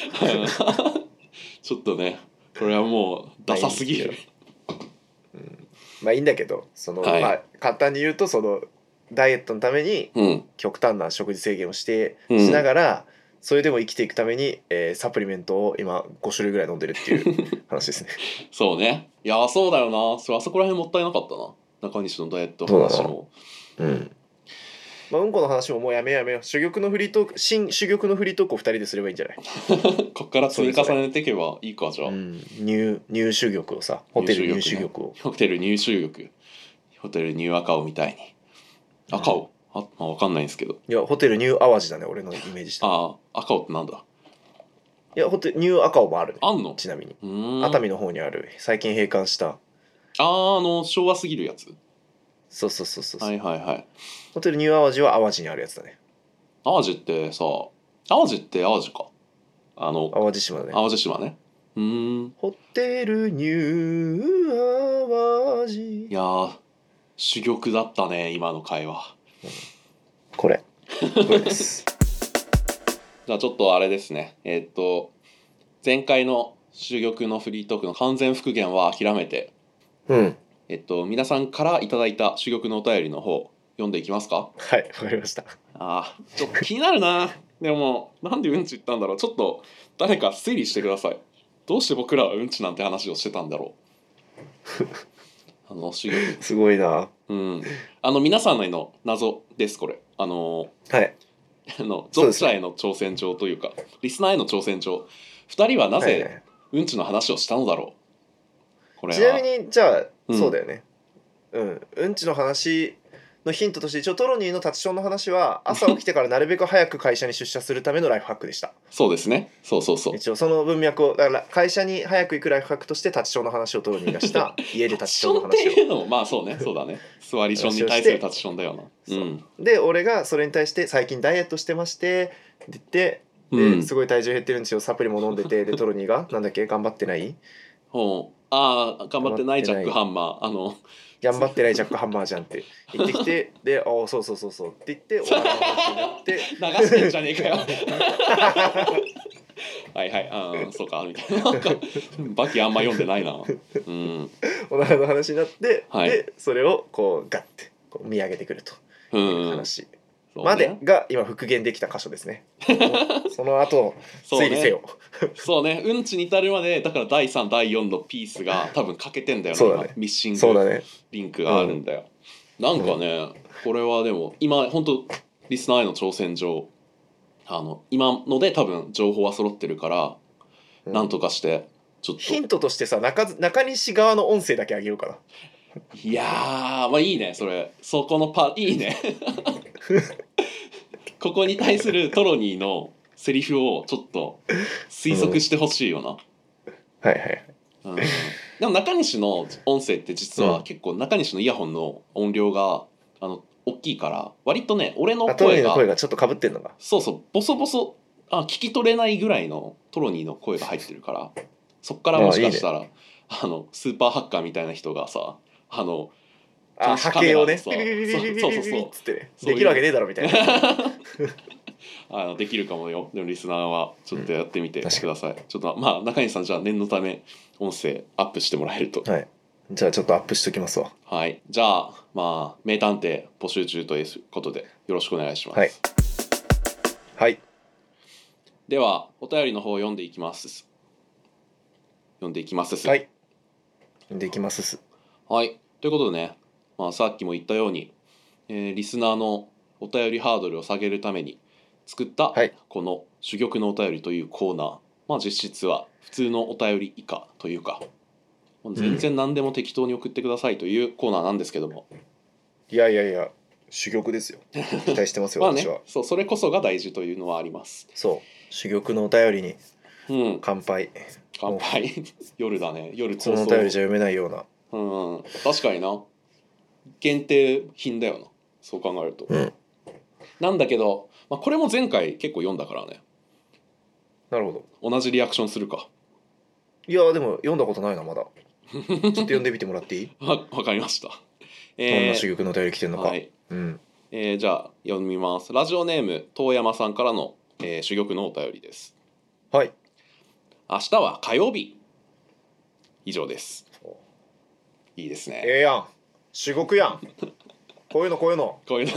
Speaker 1: ょっとねこれはもう ダサすぎる
Speaker 2: まあいいんだけどその、
Speaker 1: はい
Speaker 2: まあ簡単に言うとそのダイエットのために
Speaker 1: うん
Speaker 2: 極端な食事制限をして
Speaker 1: うん
Speaker 2: しながら、それでも生きていくために、えーサプリメントを今5種類ぐらい飲んでるっていう話ですね。
Speaker 1: そうねいやそうだよなそれあそこら辺もったいなかったな中西のダイエットの話も
Speaker 2: うんまあ、うんこの話ももうやめようやめよう珠玉のフリートーク新珠玉のフリートークを2人ですればいいんじゃない、
Speaker 1: こっから積み重ねていけばいいかじゃあ、
Speaker 2: うん、入入珠玉をさホテル入
Speaker 1: 入手玉ね
Speaker 2: 珠玉を、
Speaker 1: ホテル入手玉ホテルニューアカオみたいに赤尾、あまあわかんないんですけど
Speaker 2: いやホテルニューアワジだね俺のイメージした
Speaker 1: ああ赤尾ってなんだ
Speaker 2: いや本当にニューアカオもあるね
Speaker 1: あんの
Speaker 2: ちなみに
Speaker 1: うーん
Speaker 2: 熱海の方にある最近閉館した
Speaker 1: あーあの昭和すぎるやつ
Speaker 2: そうそうそうそう、
Speaker 1: はいはいはい
Speaker 2: ホテルニューアワジは淡路にあるやつだね
Speaker 1: 淡路ってさ淡路って淡路かあの
Speaker 2: 淡路島だね
Speaker 1: 淡路島ねうーん
Speaker 2: ホテルニューアワジ
Speaker 1: いやー珠玉だったね今の会話
Speaker 2: これこれです
Speaker 1: じゃあちょっとあれですねえーっと前回の珠玉のフリートークの完全復元は諦めて
Speaker 2: うん
Speaker 1: えっと皆さんからいただいた珠玉のお便りの方読んでいきますか
Speaker 2: はいわかりました
Speaker 1: あーちょっと気になるなでもなんでうんち言ったんだろうちょっと誰か推理してくださいどうして僕らはうんちなんて話をしてたんだろうあの珠玉
Speaker 2: すごいな
Speaker 1: うんあの皆さんの謎ですこれあの
Speaker 2: はい
Speaker 1: あの読
Speaker 2: そうですね
Speaker 1: 者への挑戦状というかリスナーへの挑戦状2人はな
Speaker 2: はいは
Speaker 1: ぜ
Speaker 2: い
Speaker 1: うんちの話をしたのだろうこれ
Speaker 2: ちな
Speaker 1: は
Speaker 2: みにじゃあ、
Speaker 1: うん
Speaker 2: そうだよねうんうんちの話のヒントとして一応トロニーの立ちションの 話は朝起きてからなるべく早く会社に出社するためのライフハックでした
Speaker 1: そうですねそうそうそう
Speaker 2: 一応その文脈をだから会社に早く行くライフハックとして立ちションの話をトロニーがした 家で立ちションの
Speaker 1: 立ちションって
Speaker 2: 話
Speaker 1: いうのもまあそうねそうだね座りションに対する立ちションだよなうん
Speaker 2: をで俺がそれに対して最近ダイエットしてましてって言って
Speaker 1: う
Speaker 2: で
Speaker 1: ん
Speaker 2: すごい体重減ってるんですよサプリも飲んでてでトロニーがなんだっけ頑張ってない
Speaker 1: ほうああ頑張ってないジャックハンマーあの
Speaker 2: 頑張ってないジャックハンマーじゃんって言ってきてで「ああそうそうそうそう」って言ってお笑いの話になって
Speaker 1: 流してんじゃねえか よはいはいあーそうかみたいななんかバキあんま読んでないなうん
Speaker 2: おならの話になって、
Speaker 1: はい
Speaker 2: でそれをこうガッてこう見上げてくると
Speaker 1: う
Speaker 2: いうん話
Speaker 1: そうね
Speaker 2: までが今復元できた箇所ですね。その後
Speaker 1: そうね
Speaker 2: 推理せよ。
Speaker 1: そうねうんちに至るまでだから第3第4のピースが多分欠けてんだよ
Speaker 2: そうだね
Speaker 1: 今ミッシン
Speaker 2: そうだ
Speaker 1: グ
Speaker 2: ね。
Speaker 1: リンクがあるんだよ、なんかね、これはでも今本当リスナーへの挑戦状あの今ので多分情報は揃ってるから、
Speaker 2: うん
Speaker 1: なんとかしてちょっ
Speaker 2: ヒントとしてさ中津中西側の音声だけあげようかな。
Speaker 1: といやーまあいいねそれそこのパいい ねここに対するトロニーのセリフをちょっと推測してほしいよな、
Speaker 2: はいはい。
Speaker 1: うんでも中西の音声って実
Speaker 2: う
Speaker 1: は
Speaker 2: ん
Speaker 1: 結構中西のイヤホンの音量があの大きいから割とね俺の
Speaker 2: あトロニ
Speaker 1: 声
Speaker 2: ーの
Speaker 1: が
Speaker 2: 声がちょっとかぶってんのが。
Speaker 1: そうそうボソボソあ聞き取れないぐらいのトロニーの声が入ってるからそっからもしかしたらあのスーパーハッカーみたいな人がさあの
Speaker 2: あ
Speaker 1: 監視
Speaker 2: 波
Speaker 1: カメ
Speaker 2: 形
Speaker 1: ラ
Speaker 2: をね。
Speaker 1: そ
Speaker 2: ビ
Speaker 1: う
Speaker 2: リビリビリビリビ
Speaker 1: そう
Speaker 2: リ
Speaker 1: そうそ
Speaker 2: ビ
Speaker 1: う
Speaker 2: リっつってね
Speaker 1: そういう
Speaker 2: できるわけねえだろみたいな。
Speaker 1: あのできるかもよでもリスナーはちょっとやってみて
Speaker 2: うん確
Speaker 1: ください、ちょっとまあ中西さんじゃあ念のため音声アップしてもらえると
Speaker 2: はい。じゃあちょっとアップしときますわ。
Speaker 1: はい、じゃあ、まあ、名探偵募集中ということで、よろしくお願いします。
Speaker 2: はいはい。
Speaker 1: では、お便りの方を読んでいきます。読んでいきます。
Speaker 2: はい。できますっす。
Speaker 1: はいということでね、まあ、さっきも言ったように、えーリスナーのお便りハードルを下げるために作った、
Speaker 2: はい
Speaker 1: この「珠玉のお便り」というコーナー、まあ、実質は普通のお便り以下というかもう全然何でも適当に送ってくださいというコーナーなんですけども、
Speaker 2: いやいやいや珠玉ですよ。期待してますよ
Speaker 1: まあ
Speaker 2: 私は
Speaker 1: ね。そうそれこそが大事というのはあります。
Speaker 2: そう珠玉のお便りに
Speaker 1: うん、
Speaker 2: 乾杯
Speaker 1: 乾杯 夜だね夜
Speaker 2: そ
Speaker 1: 構
Speaker 2: のお
Speaker 1: 想
Speaker 2: 便りじゃ読めないような
Speaker 1: うん確かにな限定品だよなそう考えると、
Speaker 2: うん
Speaker 1: なんだけど、まあ、これも前回結構読んだからね
Speaker 2: なるほど
Speaker 1: 同じリアクションするか
Speaker 2: いやでも読んだことないなまだちょっと読んでみてもらっていい、
Speaker 1: わわかりました
Speaker 2: どん
Speaker 1: え
Speaker 2: な
Speaker 1: ー
Speaker 2: 珠玉のお便り来てるのか、
Speaker 1: はい
Speaker 2: うん
Speaker 1: えーじゃあ読みますラジオネーム遠山さんからの、えー、珠玉のお便りです
Speaker 2: はい
Speaker 1: 明日は火曜日以上です
Speaker 2: お
Speaker 1: いいですね
Speaker 2: ええやん珠玉やんこういうのこういうの
Speaker 1: こう いうのい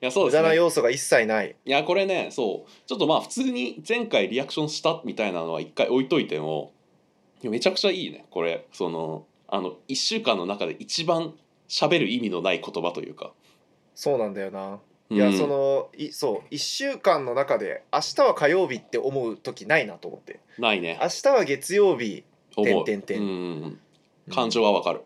Speaker 1: やそう
Speaker 2: 無
Speaker 1: です
Speaker 2: 駄
Speaker 1: ね
Speaker 2: な要素が一切ない
Speaker 1: いやこれねそうちょっとまあ普通に前回リアクションしたみたいなのは一回置いといてもいやめちゃくちゃいいねこれそのあの1週間の中で一番喋る意味のない言葉というか、
Speaker 2: そうなんだよな、
Speaker 1: うん
Speaker 2: いやそのいそう1週間の中で明日は火曜日って思う時ないなと思って
Speaker 1: ないね
Speaker 2: 明日は月曜日
Speaker 1: 思う
Speaker 2: てんてんてん
Speaker 1: うん感情はわかる、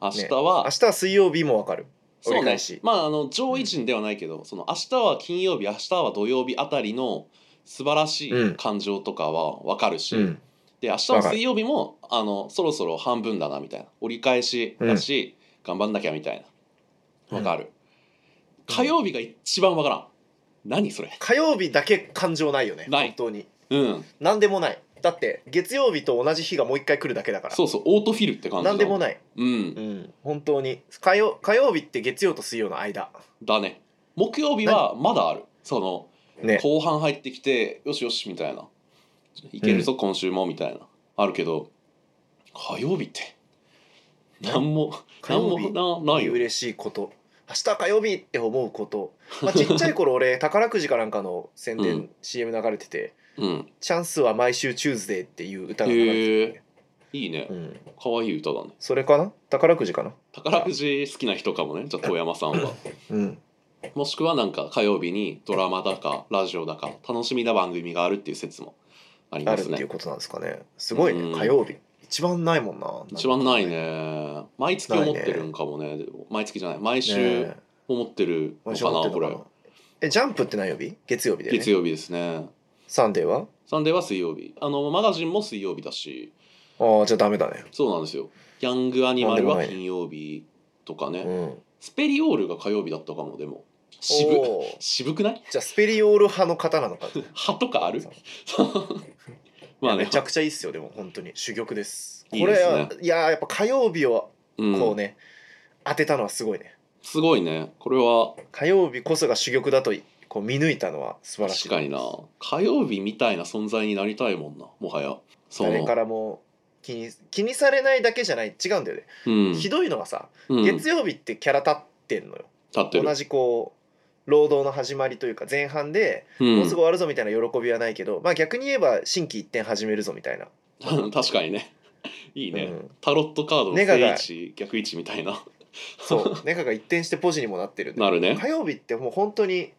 Speaker 1: 明日
Speaker 2: 明
Speaker 1: は、
Speaker 2: 日は水曜日もわかる折
Speaker 1: そう
Speaker 2: り
Speaker 1: ね
Speaker 2: 返し
Speaker 1: まああの上位陣ではないけど、その明日は金曜日明日は土曜日あたりの素晴らしい感情とかは分かるし、
Speaker 2: うん
Speaker 1: で明日の水曜日もあのそろそろ半分だなみたいな折り返しだし、頑張んなきゃみたいな分かる、
Speaker 2: うん
Speaker 1: 火曜日が一番分からん何それ
Speaker 2: 火曜日だけ感情ないよね
Speaker 1: ない
Speaker 2: 本当に
Speaker 1: うん
Speaker 2: 何でもないだって月曜日と同じ日がもう一回来るだけだから
Speaker 1: そうそうオートフィルって感じだ
Speaker 2: 何でもない、
Speaker 1: うん
Speaker 2: うん、本当に火曜火曜日って月曜と水曜の間
Speaker 1: だね木曜日はまだあるその
Speaker 2: ね
Speaker 1: 後半入ってきてよしよしみたいないけるぞ、今週もみたいなあるけど火曜日って何も
Speaker 2: 火
Speaker 1: 何
Speaker 2: 曜日
Speaker 1: もなないよ
Speaker 2: 嬉しいこと明日火曜日って思うこと、まあ、ちっちゃい頃俺 宝くじかなんかの宣伝、
Speaker 1: うん
Speaker 2: CM 流れてて
Speaker 1: うん
Speaker 2: 「チャンスは毎週チューズデー」っていう歌が流れてて、
Speaker 1: いいね
Speaker 2: うん、
Speaker 1: 可愛い歌だね
Speaker 2: それかな宝くじかな
Speaker 1: 宝くじ好きな人かもねじゃあ遠山さんは
Speaker 2: うん
Speaker 1: もしくはなんか火曜日にドラマだかラジオだか楽しみな番組があるっていう説もあり
Speaker 2: あ
Speaker 1: ま
Speaker 2: るっ
Speaker 1: す
Speaker 2: てい
Speaker 1: ね
Speaker 2: うことなんですかねすごいね、
Speaker 1: うん
Speaker 2: 火曜日一番ないもんな
Speaker 1: 一番ないね毎月思ってるんかもねでも毎月じゃない毎
Speaker 2: ね
Speaker 1: 週
Speaker 2: え
Speaker 1: 思ってるの
Speaker 2: 毎週
Speaker 1: か
Speaker 2: 持っ
Speaker 1: な
Speaker 2: て
Speaker 1: んこ
Speaker 2: の
Speaker 1: れ
Speaker 2: かなえジャンプって何曜日月曜日だよね
Speaker 1: 月曜日ですね
Speaker 2: サンデーは
Speaker 1: サンデーは水曜日あのマガジンも水曜日だし
Speaker 2: ああじゃあダメだね
Speaker 1: そうなんですよヤングアニマル
Speaker 2: な
Speaker 1: は
Speaker 2: んでもないね
Speaker 1: 金曜日とかね
Speaker 2: うん
Speaker 1: スペリオールが火曜日だったかもでも渋
Speaker 2: おー
Speaker 1: 渋くない
Speaker 2: じゃあスペリオール派の方なのか
Speaker 1: 歯とかある
Speaker 2: そう
Speaker 1: まあね
Speaker 2: めちゃくちゃいいっすよでも本当に珠玉です
Speaker 1: いい
Speaker 2: こ
Speaker 1: で
Speaker 2: れ
Speaker 1: す
Speaker 2: は
Speaker 1: ね
Speaker 2: いやーやっぱ火曜日を
Speaker 1: うん
Speaker 2: こうね、当てたのはすごいね
Speaker 1: すごいねこれは
Speaker 2: 火曜日こそが珠玉だとこう見抜いたのは素晴らしい
Speaker 1: 確かにな火曜日みたいな存在になりたいもんなもはやそ
Speaker 2: 誰
Speaker 1: の
Speaker 2: からも気に気にされないだけじゃない違うんだよね、
Speaker 1: うん
Speaker 2: ひどいのがさ
Speaker 1: うん立
Speaker 2: 月曜日ってキャラ立ってんのよ、
Speaker 1: ってる
Speaker 2: 同じこう労働の始まりというか前半で
Speaker 1: うん
Speaker 2: もうすぐ終わるぞみたいな喜びはないけど、まあ逆に言えば新規一点始めるぞみたいな
Speaker 1: 確かにねいいね、
Speaker 2: うん
Speaker 1: タロットカードの
Speaker 2: ネガ
Speaker 1: 正位
Speaker 2: が
Speaker 1: 置逆位置みたいな
Speaker 2: そう ネガが一転してポジにもなってるんで
Speaker 1: なるね
Speaker 2: 火曜日ってもう本当に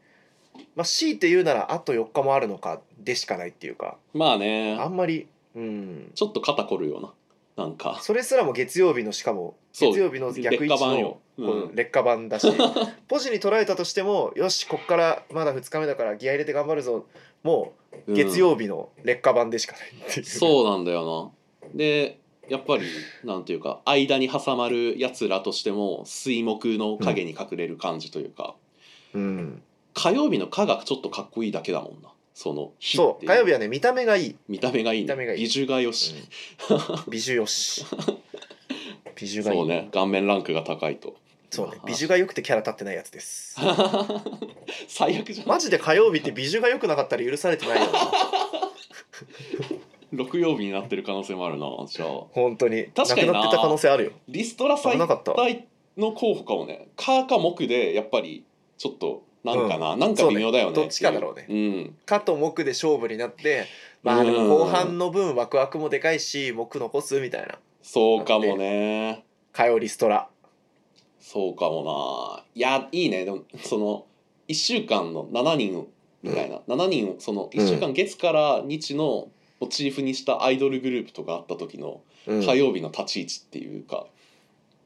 Speaker 2: まあ強いて言うならあと4日もあるのかでしかないっていうか
Speaker 1: まあね
Speaker 2: あんまりうん
Speaker 1: ちょっと肩こるようななんか
Speaker 2: それすらも月曜日のしかも
Speaker 1: そう
Speaker 2: 月曜日の逆位
Speaker 1: 劣
Speaker 2: 置
Speaker 1: 化版
Speaker 2: の
Speaker 1: よ、う
Speaker 2: こ
Speaker 1: ん
Speaker 2: の劣化 版だしポジに捉えたとしてもよしこっからまだ2日目だからギア入れて頑張るぞも
Speaker 1: う
Speaker 2: うん月曜日の劣化版でしかないっていう、
Speaker 1: そうなんだよなでやっぱりなんていうか間に挟まるやつらとしても水木の影に隠れる感じというか、
Speaker 2: うん、
Speaker 1: 火曜日の「火」がちょっとかっこいいだけだもんなその「火」っ
Speaker 2: そう
Speaker 1: て
Speaker 2: 火曜
Speaker 1: い
Speaker 2: 日
Speaker 1: う
Speaker 2: はね見た目がいい、
Speaker 1: 見た目がいい,、
Speaker 2: 見た目がいい
Speaker 1: 美女がよし、
Speaker 2: うん美女よし美女がいい
Speaker 1: そうね顔面ランクが高いと
Speaker 2: そうね美女がよくてキャラ立ってないやつです
Speaker 1: 最悪じゃん
Speaker 2: マジで火曜日って美女が良くなかったら許されてないよな
Speaker 1: 6曜日になってる可能性もあるなじゃあ
Speaker 2: 本当に
Speaker 1: 確かにな
Speaker 2: なくなってた可能性あるよ
Speaker 1: リストラ最
Speaker 2: 危なかった
Speaker 1: 大の候補かもね「火」か「木」でやっぱりちょっとなんかな、なんか微妙だよね
Speaker 2: そうねどっちかだろうね
Speaker 1: うん
Speaker 2: かと木で勝負になってまあでも後半の分ワクワクもでかいし木残すみたいな
Speaker 1: そうかもね
Speaker 2: 火曜リストラ
Speaker 1: そうかもないやいいねでもその1週間の7人みたいな、7人をその1週間月から日のモチーフにしたアイドルグループとかあった時の
Speaker 2: うん
Speaker 1: 火曜日の立ち位置っていうか、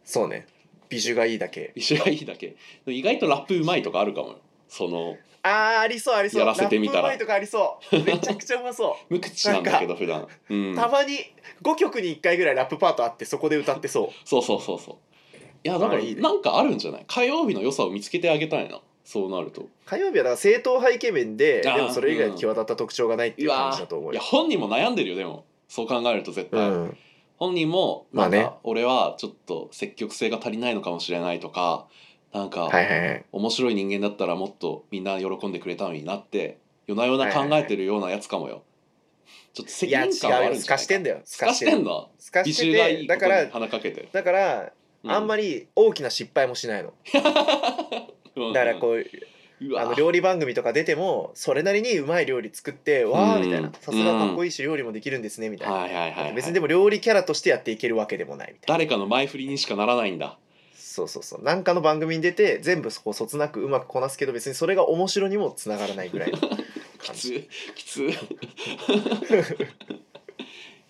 Speaker 2: そうね美女がいいだけ
Speaker 1: 一緒がいいだけ意外とラップうまいとかあるかもよその
Speaker 2: あーありそうありそう
Speaker 1: やらせてみたら
Speaker 2: ラップうまいとかありそうめちゃくちゃうまそ
Speaker 1: 無口なんだけど普段、うん
Speaker 2: う、たまに5曲に1回ぐらいラップパートあってそこで歌ってそう
Speaker 1: そうそうそうそういやだから
Speaker 2: あいいね
Speaker 1: なんかあるんじゃない火曜日の良さを見つけてあげたいなそうなると
Speaker 2: 火曜日はだから正統派イケメンで
Speaker 1: あー
Speaker 2: でもそれ以外に際立った特徴がないっていう感じだと思う
Speaker 1: いや
Speaker 2: よ、
Speaker 1: 本人も悩んでるよでもそう考えると絶
Speaker 2: う
Speaker 1: 対、
Speaker 2: ん、
Speaker 1: 本人も
Speaker 2: ま
Speaker 1: な
Speaker 2: あ
Speaker 1: ん
Speaker 2: ね
Speaker 1: か俺はちょっと積極性が足りないのかもしれないとかなんか
Speaker 2: はいはいはい
Speaker 1: 面白い人間だったらもっとみんな喜んでくれたのになって夜な夜な考えてるようなやつかもよ。ちょっと
Speaker 2: い
Speaker 1: 責
Speaker 2: や違
Speaker 1: 任感はあ
Speaker 2: う
Speaker 1: る
Speaker 2: よ
Speaker 1: ん
Speaker 2: す
Speaker 1: じゃ
Speaker 2: か
Speaker 1: ない
Speaker 2: してんだよすかして
Speaker 1: ん
Speaker 2: ん
Speaker 1: だ。
Speaker 2: すか
Speaker 1: 美
Speaker 2: して
Speaker 1: 醜がい
Speaker 2: て
Speaker 1: いこ
Speaker 2: だ
Speaker 1: と
Speaker 2: か
Speaker 1: に
Speaker 2: ら
Speaker 1: 鼻かけて。
Speaker 2: だからあんま
Speaker 1: り
Speaker 2: り大きな失敗もしないのだからこう
Speaker 1: うんう
Speaker 2: あの
Speaker 1: わ
Speaker 2: 料理番組とか出てもそれなりにうまい料理作ってわ
Speaker 1: う
Speaker 2: あ
Speaker 1: ん
Speaker 2: みたいなさすがかっこいいし料理もできるんですねみたいな
Speaker 1: はいはいはいはい。
Speaker 2: 別にでも料理キャラとしてやっていけるわけでもないみたいな
Speaker 1: 誰かの前振りにしかならないんだ。
Speaker 2: そうそうそうなんかの番組に出て全部そこそつなくうまくこなすけど別にそれが面白にもつながらないぐらいの
Speaker 1: き
Speaker 2: 感 じ
Speaker 1: つきつ。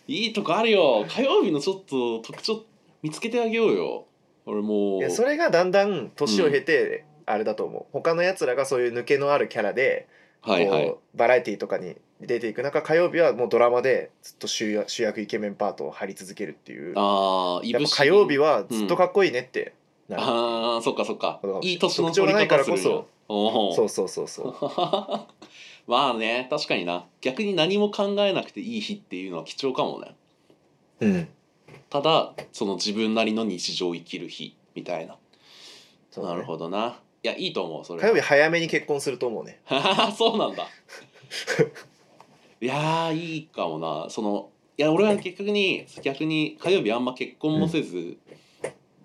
Speaker 1: いいとこあるよ。火曜日のちょっと特徴見つけてあげようよ。俺も。
Speaker 2: いうやそれがだんだん年を経てあれだと思う他のやつらがそういう抜けのあるキャラで
Speaker 1: はいはい
Speaker 2: こうバラエティーとかに出ていく中火曜日はもうドラマでずっと主役主役イケメンパートを張り続けるっていう
Speaker 1: ああい
Speaker 2: やっ
Speaker 1: ぶ
Speaker 2: ぱ
Speaker 1: し
Speaker 2: 火曜日はずっとかっこいいねってなる、
Speaker 1: ああそっかそっか
Speaker 2: これが欲しい
Speaker 1: いい年の取り方するんや
Speaker 2: 特徴がないからこそ
Speaker 1: おお
Speaker 2: そうそうそうそ う
Speaker 1: まあね確かにな逆に何も考えなくていい日っていうのは貴重かもね
Speaker 2: うん
Speaker 1: ただその自分なりの日常を生きる日みたいな、
Speaker 2: そうだ
Speaker 1: な
Speaker 2: ね
Speaker 1: るほどないやいいと思うそれ
Speaker 2: 火曜日早めに結婚すると思うね
Speaker 1: そうなんだいやーいいかもなそのいや俺は結局に逆に火曜日あんま結婚もせず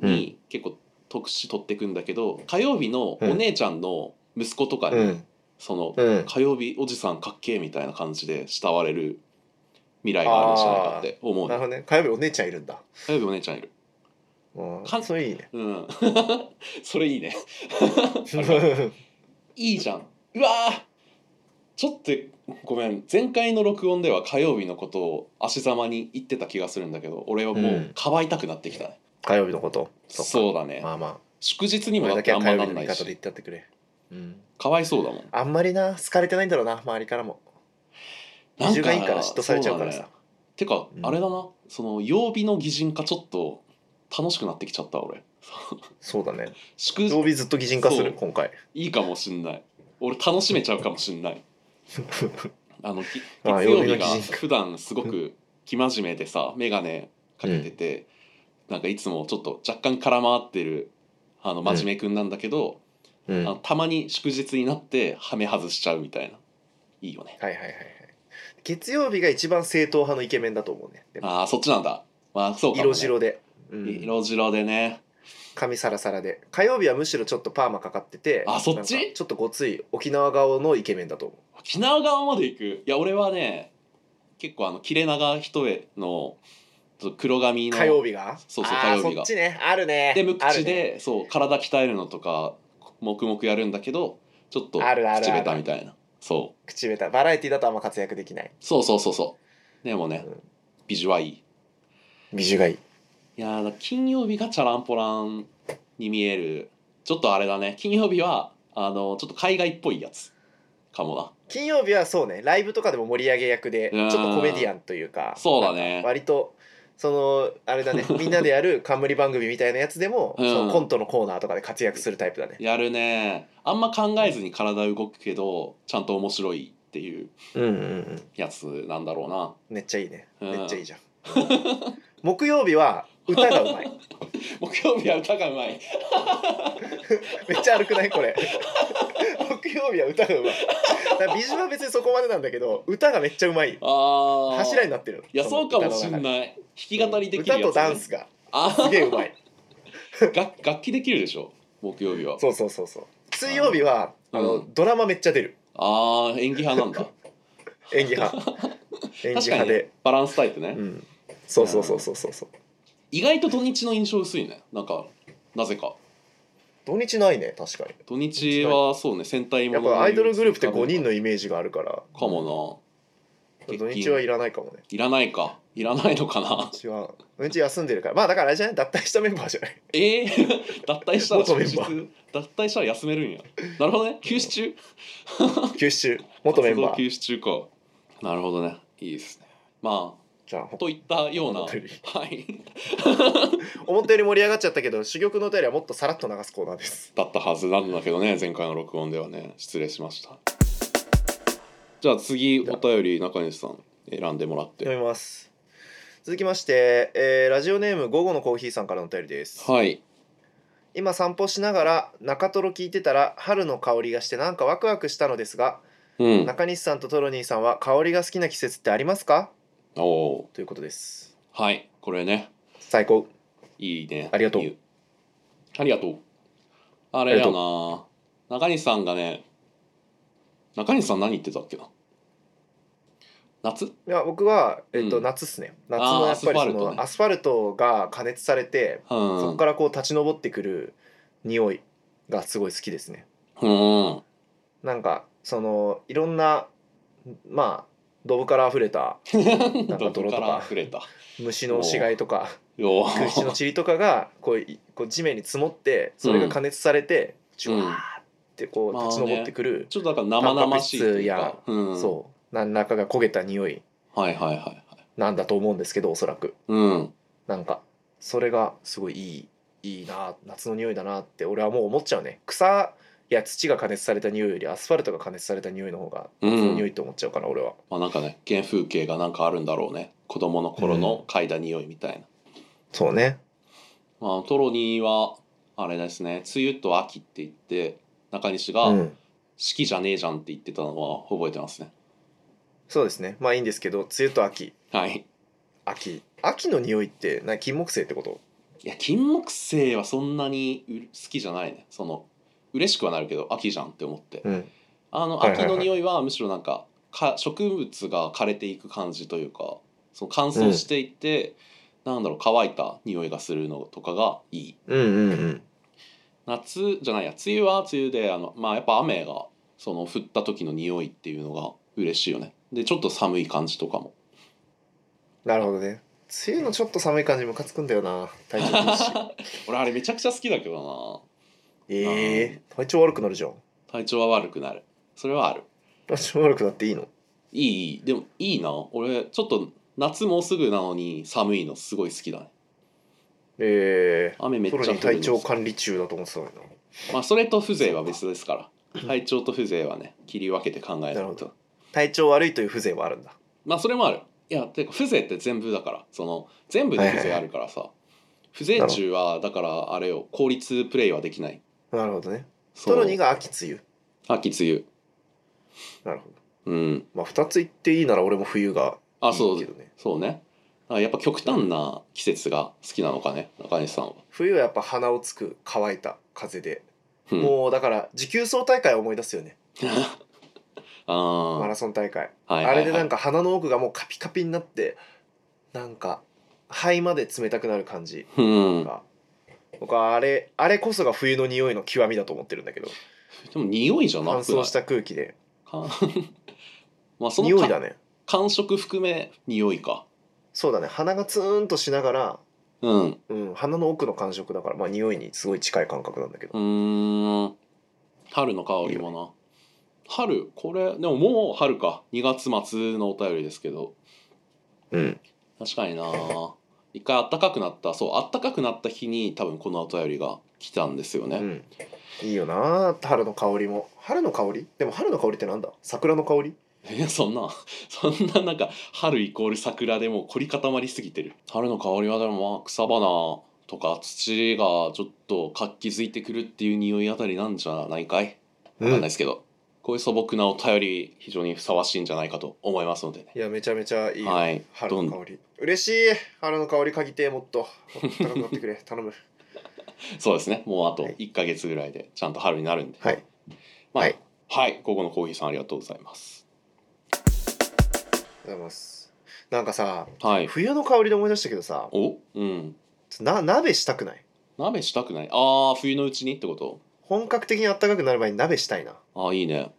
Speaker 1: に結構特殊取ってくんだけど火曜日のお姉ちゃんの息子とかに、
Speaker 2: うん
Speaker 1: その
Speaker 2: うん
Speaker 1: 火曜日おじさんかっけえみたいな感じで慕われる未来があるんじゃないかって思う
Speaker 2: なる
Speaker 1: ね
Speaker 2: ほどね火曜日お姉ちゃんいるんだ
Speaker 1: 火曜日お姉ちゃんいる
Speaker 2: うん
Speaker 1: かん
Speaker 2: それいいね
Speaker 1: うん それいいねいいじゃんうわーちょっとごめん前回の録音では火曜日のことを足ざまに言ってた気がするんだけど俺はも
Speaker 2: う
Speaker 1: うんかばいたくなってきたね、
Speaker 2: 火曜日のことそっか
Speaker 1: そうだね、
Speaker 2: まあまあ
Speaker 1: 祝日に
Speaker 2: こ
Speaker 1: もだっ
Speaker 2: れだ
Speaker 1: て
Speaker 2: け
Speaker 1: あ
Speaker 2: は
Speaker 1: ん
Speaker 2: 火
Speaker 1: まなん
Speaker 2: 曜日の
Speaker 1: な
Speaker 2: 味
Speaker 1: い
Speaker 2: 方で言
Speaker 1: し
Speaker 2: ってやってくれうん
Speaker 1: かわいそうだもん
Speaker 2: あんまりな好かれてないんだろうな周りからも
Speaker 1: なん
Speaker 2: 自分がいいから嫉妬されちゃうから
Speaker 1: そ
Speaker 2: さ
Speaker 1: だねてか、
Speaker 2: うん
Speaker 1: あれだなその曜日の擬人化ちょっと楽しくなってきちゃった俺
Speaker 2: そうだね
Speaker 1: 祝
Speaker 2: 曜日ずっと擬人化す
Speaker 1: そ
Speaker 2: る
Speaker 1: う
Speaker 2: 今回
Speaker 1: いいかもしんない俺楽しめちゃうかもしんないあ のき月
Speaker 2: ああ
Speaker 1: 曜日
Speaker 2: 曜日
Speaker 1: が
Speaker 2: の基準
Speaker 1: 普段すごく生真面目でさ眼鏡かけてて、なんかいつもちょっと若干空回ってるあの真面目くんなんだけど、
Speaker 2: うん
Speaker 1: あのたまに祝日になってハメ外しちゃうみたいないいよね
Speaker 2: はいはいはいはい月曜日が一番正統派のイケメンだと思うねでも
Speaker 1: ああそっちなんだまあそうかも、ね、
Speaker 2: 色白で、うん
Speaker 1: 色白でね
Speaker 2: 髪サラサラで火曜日はむしろちょっとパーマかかってて
Speaker 1: あそっち
Speaker 2: なんかちょっとごつい沖縄顔のイケメンだと思
Speaker 1: 沖縄側まで行くいや俺はね結構あの切れ長一重のちょっと黒髪
Speaker 2: う
Speaker 1: の
Speaker 2: 火曜日が
Speaker 1: そうそう
Speaker 2: あー
Speaker 1: 火曜日が
Speaker 2: そっちね あるね
Speaker 1: で無
Speaker 2: ある
Speaker 1: 口で、
Speaker 2: ね
Speaker 1: そう体鍛えるのとか黙々やるんだけどちょっと
Speaker 2: あるあるある
Speaker 1: 口下手みたいなそう
Speaker 2: 口下手バラエティだとあんま活躍できない
Speaker 1: そうそうそうそうでもね、
Speaker 2: うん
Speaker 1: ビジュはいいい
Speaker 2: 美女がいい
Speaker 1: やーだ金曜日がチャランポランに見えるちょっとあれだね金曜日はあのちょっと海外っぽいやつかもな
Speaker 2: 金曜日はそうねライブとかでも盛り上げ役でち
Speaker 1: う
Speaker 2: ょ
Speaker 1: ん
Speaker 2: っとコメディアンというか
Speaker 1: そうだね
Speaker 2: なんか割とそのあれだ ねみんなでやる冠番組みたいなやつでも、
Speaker 1: うん
Speaker 2: そのコントのコーナーとかで活躍するタイプだね
Speaker 1: やるねあんま考えずに体動くけどちゃんと面白いっていう
Speaker 2: うんうんうん
Speaker 1: やつなんだろうな
Speaker 2: めっちゃいいね
Speaker 1: うん
Speaker 2: めっちゃいいじゃん木曜日は歌がうまい
Speaker 1: 木曜日は歌がうまい
Speaker 2: めっちゃ悪くないこれ木曜日は歌がうまいだからビジュは別にそこまでなんだけど歌がめっちゃうまい
Speaker 1: ああ
Speaker 2: 柱になってる
Speaker 1: いやそうかもしん
Speaker 2: い
Speaker 1: ない弾き語りできるやつ、
Speaker 2: 歌とダンスが
Speaker 1: あ
Speaker 2: すげえうまい
Speaker 1: ー楽楽器できるでしょ木曜日は
Speaker 2: そうそうそうそう水曜日は
Speaker 1: うん
Speaker 2: あの、ドラマめっちゃ出る
Speaker 1: ああ演技派なんだ
Speaker 2: 演技 派演技
Speaker 1: 確か
Speaker 2: 派
Speaker 1: に、ね
Speaker 2: で、、
Speaker 1: バランスタイプね、
Speaker 2: うん、そうそうそうそうそうそう
Speaker 1: 意外と土日の印象薄いねなんかなぜか
Speaker 2: 土日ないね確か
Speaker 1: 土日はそうね戦隊
Speaker 2: に
Speaker 1: も
Speaker 2: やっぱアイドルグループって5人のイメージがあるから
Speaker 1: かも
Speaker 2: 土日はいらないかもね
Speaker 1: ないらないかいらないのか
Speaker 2: 土
Speaker 1: な
Speaker 2: 日は土日休んでるからまあだからあれじゃない脱退したメンバーじ ゃない
Speaker 1: えー、 脱退したら
Speaker 2: 元
Speaker 1: 祝
Speaker 2: メン
Speaker 1: 日
Speaker 2: バ
Speaker 1: 脱退したら休めるんやなるほどね休止中
Speaker 2: 休止中元メン
Speaker 1: 活動
Speaker 2: バ
Speaker 1: 休
Speaker 2: ー
Speaker 1: 止中かなるほどねいいですねま
Speaker 2: じゃあほ
Speaker 1: あ
Speaker 2: ん
Speaker 1: といったような
Speaker 2: 本当に
Speaker 1: はい
Speaker 2: 思ったより盛り上がっちゃったけど珠玉のお便りはもっとさらっと流すコーナーです
Speaker 1: だったはずなんだけどね前回の録音ではね失礼しましたじゃあ次お便り中西さん選んでもらって
Speaker 2: 読みます続きまして、えーラジオネーム午後のコーヒーさんからのお便りです
Speaker 1: はい
Speaker 2: 今散歩しながら中トロ聞いてたら春の香りがしてなんかワクワクしたのですが
Speaker 1: うん
Speaker 2: 中西さんとトロニーさんは香りが好きな季節ってありますか
Speaker 1: おお
Speaker 2: ということです
Speaker 1: ーはいこれね
Speaker 2: 最高
Speaker 1: いいね
Speaker 2: ありがとう
Speaker 1: いありがとうあれや
Speaker 2: ありが
Speaker 1: な中西さんがね中西さん何言ってたっけな夏
Speaker 2: いや僕は、えっと
Speaker 1: うん
Speaker 2: 夏っすね夏のやっぱり
Speaker 1: あーアスファ
Speaker 2: そ
Speaker 1: ルトね
Speaker 2: のアスファルトが加熱されて、
Speaker 1: う
Speaker 2: そ
Speaker 1: ん
Speaker 2: こからこう立ち上ってくる匂いがすごい好きですね
Speaker 1: うん
Speaker 2: なんかそのいろんなまあドブから溢れたなん
Speaker 1: ど
Speaker 2: か
Speaker 1: こ
Speaker 2: 泥と
Speaker 1: か
Speaker 2: から
Speaker 1: 溢れた
Speaker 2: 虫の死骸とか
Speaker 1: よ
Speaker 2: 空気中の
Speaker 1: ー
Speaker 2: 塵とかがこういこう地面に積もってそれが加熱されてジュワーっってこう
Speaker 1: まあね
Speaker 2: 立ち上ってくる、
Speaker 1: ちょっとだから生々しいという
Speaker 2: タン
Speaker 1: か
Speaker 2: パク、
Speaker 1: うん、
Speaker 2: そう何らかが焦げた匂いう
Speaker 1: はいはいはいはい
Speaker 2: なんだと思うんですけどおそらく
Speaker 1: うん
Speaker 2: なんかそれがすごいいいいいな夏の匂いだなって俺はもう思っちゃうね草や土が加熱された匂いよりアスファルトが加熱された匂いの方が
Speaker 1: うん
Speaker 2: 夏の匂いって思っちゃうから俺は、
Speaker 1: まあなんかね原風景がなんかあるんだろうね子供の頃の嗅いだ匂いみたいな、
Speaker 2: そうね
Speaker 1: まあ、トロニーはあれですね梅雨と秋って言って中西が、
Speaker 2: うん
Speaker 1: 四季じゃねえじゃんって言ってたのは覚えてますね
Speaker 2: そうですねまあいいんですけど梅雨と秋
Speaker 1: はい
Speaker 2: 秋秋の匂いってな金木犀ってこと
Speaker 1: いや金木犀はそんなにう好きじゃないねその嬉しくはなるけど秋じゃんって思って
Speaker 2: うん
Speaker 1: あの
Speaker 2: はいはいはい
Speaker 1: 秋の匂いはむしろなんかか植物が枯れていく感じというかその乾燥していって、なんだろう乾いた匂いがするのとかがいい
Speaker 2: うんうんうん
Speaker 1: 夏じゃないや梅雨は梅雨であのまあやっぱ雨がその降った時の匂いっていうのが嬉しいよねでちょっと寒い感じとかも
Speaker 2: なるほどね梅雨のちょっと寒い感じムカつくんだよな体調い いし
Speaker 1: 俺あれめちゃくちゃ好きだけど
Speaker 2: ええ体調悪くなるじゃん
Speaker 1: な体調は悪くなるそれはある
Speaker 2: 体調悪くなっていいの
Speaker 1: いいいいでもいいな俺ちょっと夏もうすぐなのに寒いのすごい好きだね
Speaker 2: え
Speaker 1: 雨
Speaker 2: え
Speaker 1: めっち
Speaker 2: ト
Speaker 1: ゃ降
Speaker 2: ロ
Speaker 1: る
Speaker 2: に
Speaker 1: の
Speaker 2: 体調管理中だと思ってたのに
Speaker 1: まあそれと風情は別ですから体調と風情はね切り分けて考え
Speaker 2: なる
Speaker 1: る
Speaker 2: ほ
Speaker 1: と
Speaker 2: ど体調悪いという風情はあるんだ
Speaker 1: まあそれもあるいやてか風情って全部だからその全部で風情あるからさ、風情中はだからあれよ効率プレイはできない
Speaker 2: なるほどね
Speaker 1: そう
Speaker 2: トロニーが秋梅
Speaker 1: 秋梅
Speaker 2: 雨なるほど
Speaker 1: 雨うん
Speaker 2: まあ2つ言っていいなら俺も冬がい
Speaker 1: あそ
Speaker 2: いうけどね
Speaker 1: そうねあやっぱ極端な季節が好きなのかね中西さんは、
Speaker 2: 冬はやっぱ鼻をつく乾いた風で、
Speaker 1: うん、
Speaker 2: もうだから持久走大会を思い出すよね
Speaker 1: ああ
Speaker 2: マラソン大会、
Speaker 1: はい
Speaker 2: あれでなん
Speaker 1: か
Speaker 2: か鼻の奥がもうカピカピになってなんか肺まで冷たくなる感じ
Speaker 1: うん
Speaker 2: が、僕はあれあれこそが冬の匂いの極みだと思ってるんだけど
Speaker 1: でも匂いじゃな
Speaker 2: 乾
Speaker 1: くな
Speaker 2: 燥
Speaker 1: い
Speaker 2: した空気で
Speaker 1: か まあその
Speaker 2: 匂いだ
Speaker 1: か
Speaker 2: ね
Speaker 1: 感触含め匂いか
Speaker 2: そうだね鼻がツーンとしながら、
Speaker 1: うんう
Speaker 2: うん、鼻の奥の感触だからまあ匂いにすごい近い感覚なんだけど、
Speaker 1: ーん春の香りもな春これでももう春か2月末のお便りですけど
Speaker 2: うん、
Speaker 1: 確かにな一回暖かくなったそう暖かくなった日に多分このお便りが来たんですよね、
Speaker 2: うん、いいよな春の香りも春の香りでも春の香りってなんだ桜の香り
Speaker 1: え そんなそんななんか春イコール桜でもう凝り固まりすぎてる春の香りはでもまあ草花とか土がちょっと活気づいてくるっていう匂いあたりなんじゃないかいわかんないですけど、こういう素朴なお便り非常にふさわしいんじゃないかと思いますのでね
Speaker 2: いやめちゃめちゃいいよ、
Speaker 1: はい
Speaker 2: 春の
Speaker 1: どん
Speaker 2: 香り嬉しい春の香り嗅ぎてえもっともっと高くなってくれ頼む
Speaker 1: そうですねもうあと
Speaker 2: はい
Speaker 1: 1ヶ月ぐらいでちゃんと春になるんでは
Speaker 2: はい
Speaker 1: まあ
Speaker 2: は
Speaker 1: はいい、午後のコーヒーさんありがとうございます
Speaker 2: ありがとうございますなんかさ
Speaker 1: はい
Speaker 2: 冬の香りで思い出したけどさ
Speaker 1: おうん
Speaker 2: な鍋したくない
Speaker 1: 鍋したくないああ冬のうちにってこと
Speaker 2: 本格的に暖かくなる前に鍋したいな
Speaker 1: ああいいね、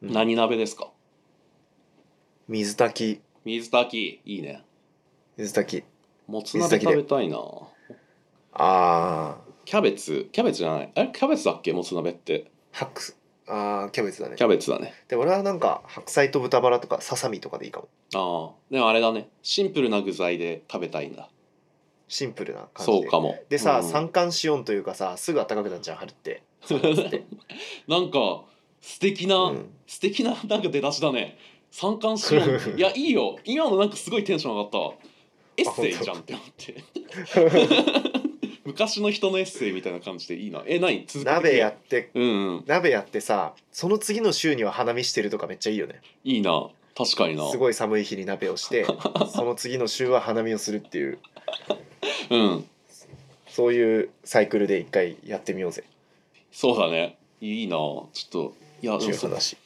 Speaker 2: うん
Speaker 1: 何鍋ですか
Speaker 2: 水炊き
Speaker 1: 水炊きいいね
Speaker 2: 水炊き
Speaker 1: もつ鍋
Speaker 2: 水炊き
Speaker 1: 食べ
Speaker 2: で
Speaker 1: たいな
Speaker 2: あー
Speaker 1: キャベツキャベツじゃないあれキャベツだっけもつ鍋って
Speaker 2: 白菜あーキャベツだね
Speaker 1: キャベツだね
Speaker 2: で俺はなんか白菜と豚バラとかささみとかでいいかも
Speaker 1: ああでもあれだねシンプルな具材で食べたいんだ
Speaker 2: シンプルな感じで
Speaker 1: そうかも
Speaker 2: でさ、
Speaker 1: うん
Speaker 2: 三寒四温というかさすぐ暖かくなっちゃう春って
Speaker 1: なんか素敵な、
Speaker 2: うん
Speaker 1: 素敵ななんか出だしだね三冠四 温いやいいよ今のなんかすごいテンション上がったわエッセイじゃんって思って 昔の人のエッセイみたいな感じでいいなえ何続けて
Speaker 2: 鍋やって
Speaker 1: うん、うん、
Speaker 2: 鍋やってさその次の週には花見してるとかめっちゃいいよね
Speaker 1: いいな確かにな
Speaker 2: すごい寒い日に鍋をして その次の週は花見をするっていう
Speaker 1: うん
Speaker 2: そういうサイクルで一回やってみようぜ
Speaker 1: そうだねいいなちょっといや
Speaker 2: って
Speaker 1: で
Speaker 2: い
Speaker 1: も
Speaker 2: う
Speaker 1: そ
Speaker 2: 話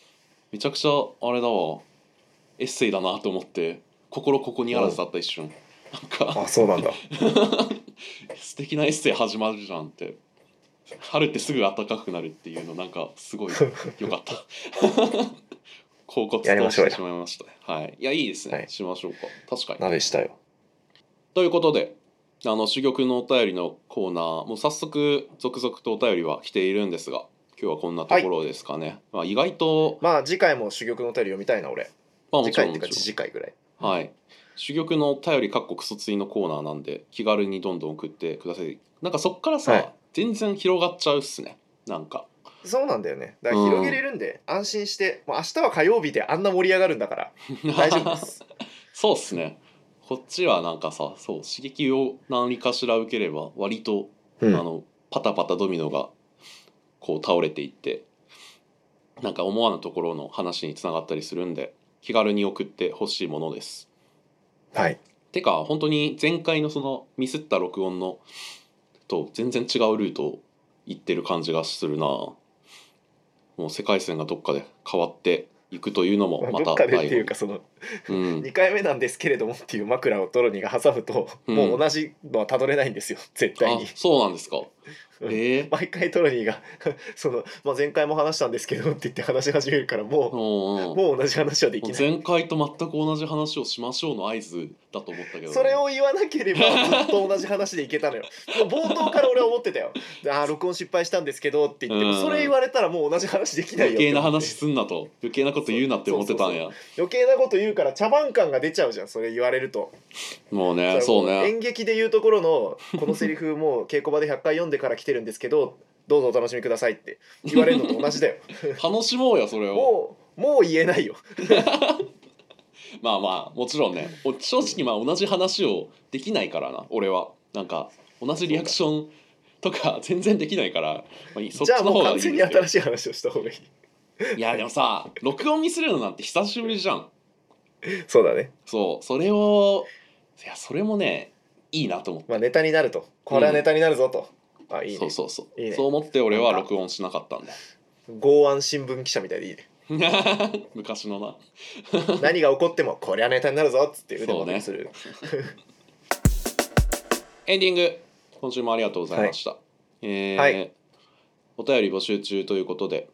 Speaker 1: めちゃくちゃあれだわエッセイだなと思って心ここにあらずだった一瞬なんか
Speaker 2: あそうな んだ
Speaker 1: 素敵なエッセイ始まるじゃんって春ってすぐ暖かくなるっていうのなんかす ごいよかった恍惚と
Speaker 2: やりましょ
Speaker 1: して
Speaker 2: うよ
Speaker 1: しまいましたねはいいやいいですね、
Speaker 2: はい
Speaker 1: しましょうか確かに
Speaker 2: 鍋したよ
Speaker 1: ということであの珠玉のお便りのコーナーもう早速続々とお便りは来ているんですが今日はこんなところですかね、まあ、意外と
Speaker 2: まあ次回も珠玉のお便り読みたいな俺
Speaker 1: まあも
Speaker 2: 次
Speaker 1: ちろ
Speaker 2: 回
Speaker 1: ん
Speaker 2: っていう
Speaker 1: も
Speaker 2: か
Speaker 1: ちろん
Speaker 2: 次次回ぐらい
Speaker 1: はい。珠玉のお便りかっこクソついのコーナーなんで気軽にどんどん送ってくださいなんかそっからさ、
Speaker 2: はい
Speaker 1: 全然広がっちゃうっすねなんか
Speaker 2: そうなんだよねだから
Speaker 1: うん
Speaker 2: 広げれるんで、安心してもう明日は火曜日であんな盛り上がるん だから 大丈夫です
Speaker 1: そうっすねこっちはなんかさそう刺激を何かしら受ければ割と、
Speaker 2: うん
Speaker 1: あのパタパタドミノがこう倒れていってなんか思わぬところの話につながったりするんで気軽に送ってほしいものです
Speaker 2: はい
Speaker 1: てか本当に前回のそのミスった録音のと全然違うルートを行ってる感じがするなもう世界線がどっかで変わっていくというのもま
Speaker 2: ど
Speaker 1: た
Speaker 2: っかでっていうかその
Speaker 1: 醍醐味うん
Speaker 2: 2回目なんですけれどもっていう枕をトロニーが挟むと、
Speaker 1: うん
Speaker 2: もう同じのはたどれない んですよ絶対
Speaker 1: あ
Speaker 2: に
Speaker 1: そうなんですか
Speaker 2: うん
Speaker 1: ええ
Speaker 2: 毎回トロニーが その、まあ、前回も話したんですけどって言って話し始めるからも
Speaker 1: うん
Speaker 2: う、
Speaker 1: うん
Speaker 2: もう同じ話はでき
Speaker 1: もう
Speaker 2: ない
Speaker 1: 前回と全く同じ話をしましょうの合図だと思ったけど
Speaker 2: それを言わな ければずっと同じ話でいけたのよもう冒頭から俺は思ってた よ「あー録音失敗したんですけど」って言っても
Speaker 1: うん
Speaker 2: それ言われたらもう同じ話できないよ
Speaker 1: 余
Speaker 2: って
Speaker 1: 計な
Speaker 2: 思っ
Speaker 1: 話
Speaker 2: て
Speaker 1: すんなと余計なこと言うなって思ってたんや
Speaker 2: 余計なこと言うから茶番感が出ちゃうじゃんそれ言われると
Speaker 1: もうねそう
Speaker 2: もう
Speaker 1: ね
Speaker 2: 演劇で言うところのこのセリフもう稽古場で100回読んでから来てるんですけどどうぞお楽しみくださいって言われるのと同 じだよ
Speaker 1: 楽しもうやそれを
Speaker 2: もうもう言えないよ
Speaker 1: まあまあもちろんねお正直まあ同じ話をできないからな俺はなんか同じリアクションとか全然できないから、まあいい、そっち
Speaker 2: じゃあ
Speaker 1: の方
Speaker 2: もう
Speaker 1: がい
Speaker 2: 完
Speaker 1: いです
Speaker 2: 全
Speaker 1: よ
Speaker 2: に新しい話をした方がいい
Speaker 1: いやでもさ録音ミスるのなんて久しぶりじゃん
Speaker 2: そうだね
Speaker 1: そうそれをいやそれもねいいなと思って
Speaker 2: まあネタになるとこれはネタになるぞと、あいい
Speaker 1: そ
Speaker 2: ね
Speaker 1: うそうそう
Speaker 2: いいね
Speaker 1: そう思って俺は録音しなかったんだ
Speaker 2: 剛腕新聞記者みたいでいいね
Speaker 1: 昔のな
Speaker 2: 何が起こってもこれはネタになるぞっつって腕
Speaker 1: そうね
Speaker 2: まくりする、
Speaker 1: エンディング今週もありがとうございました、えー
Speaker 2: はい
Speaker 1: お便り募集中ということで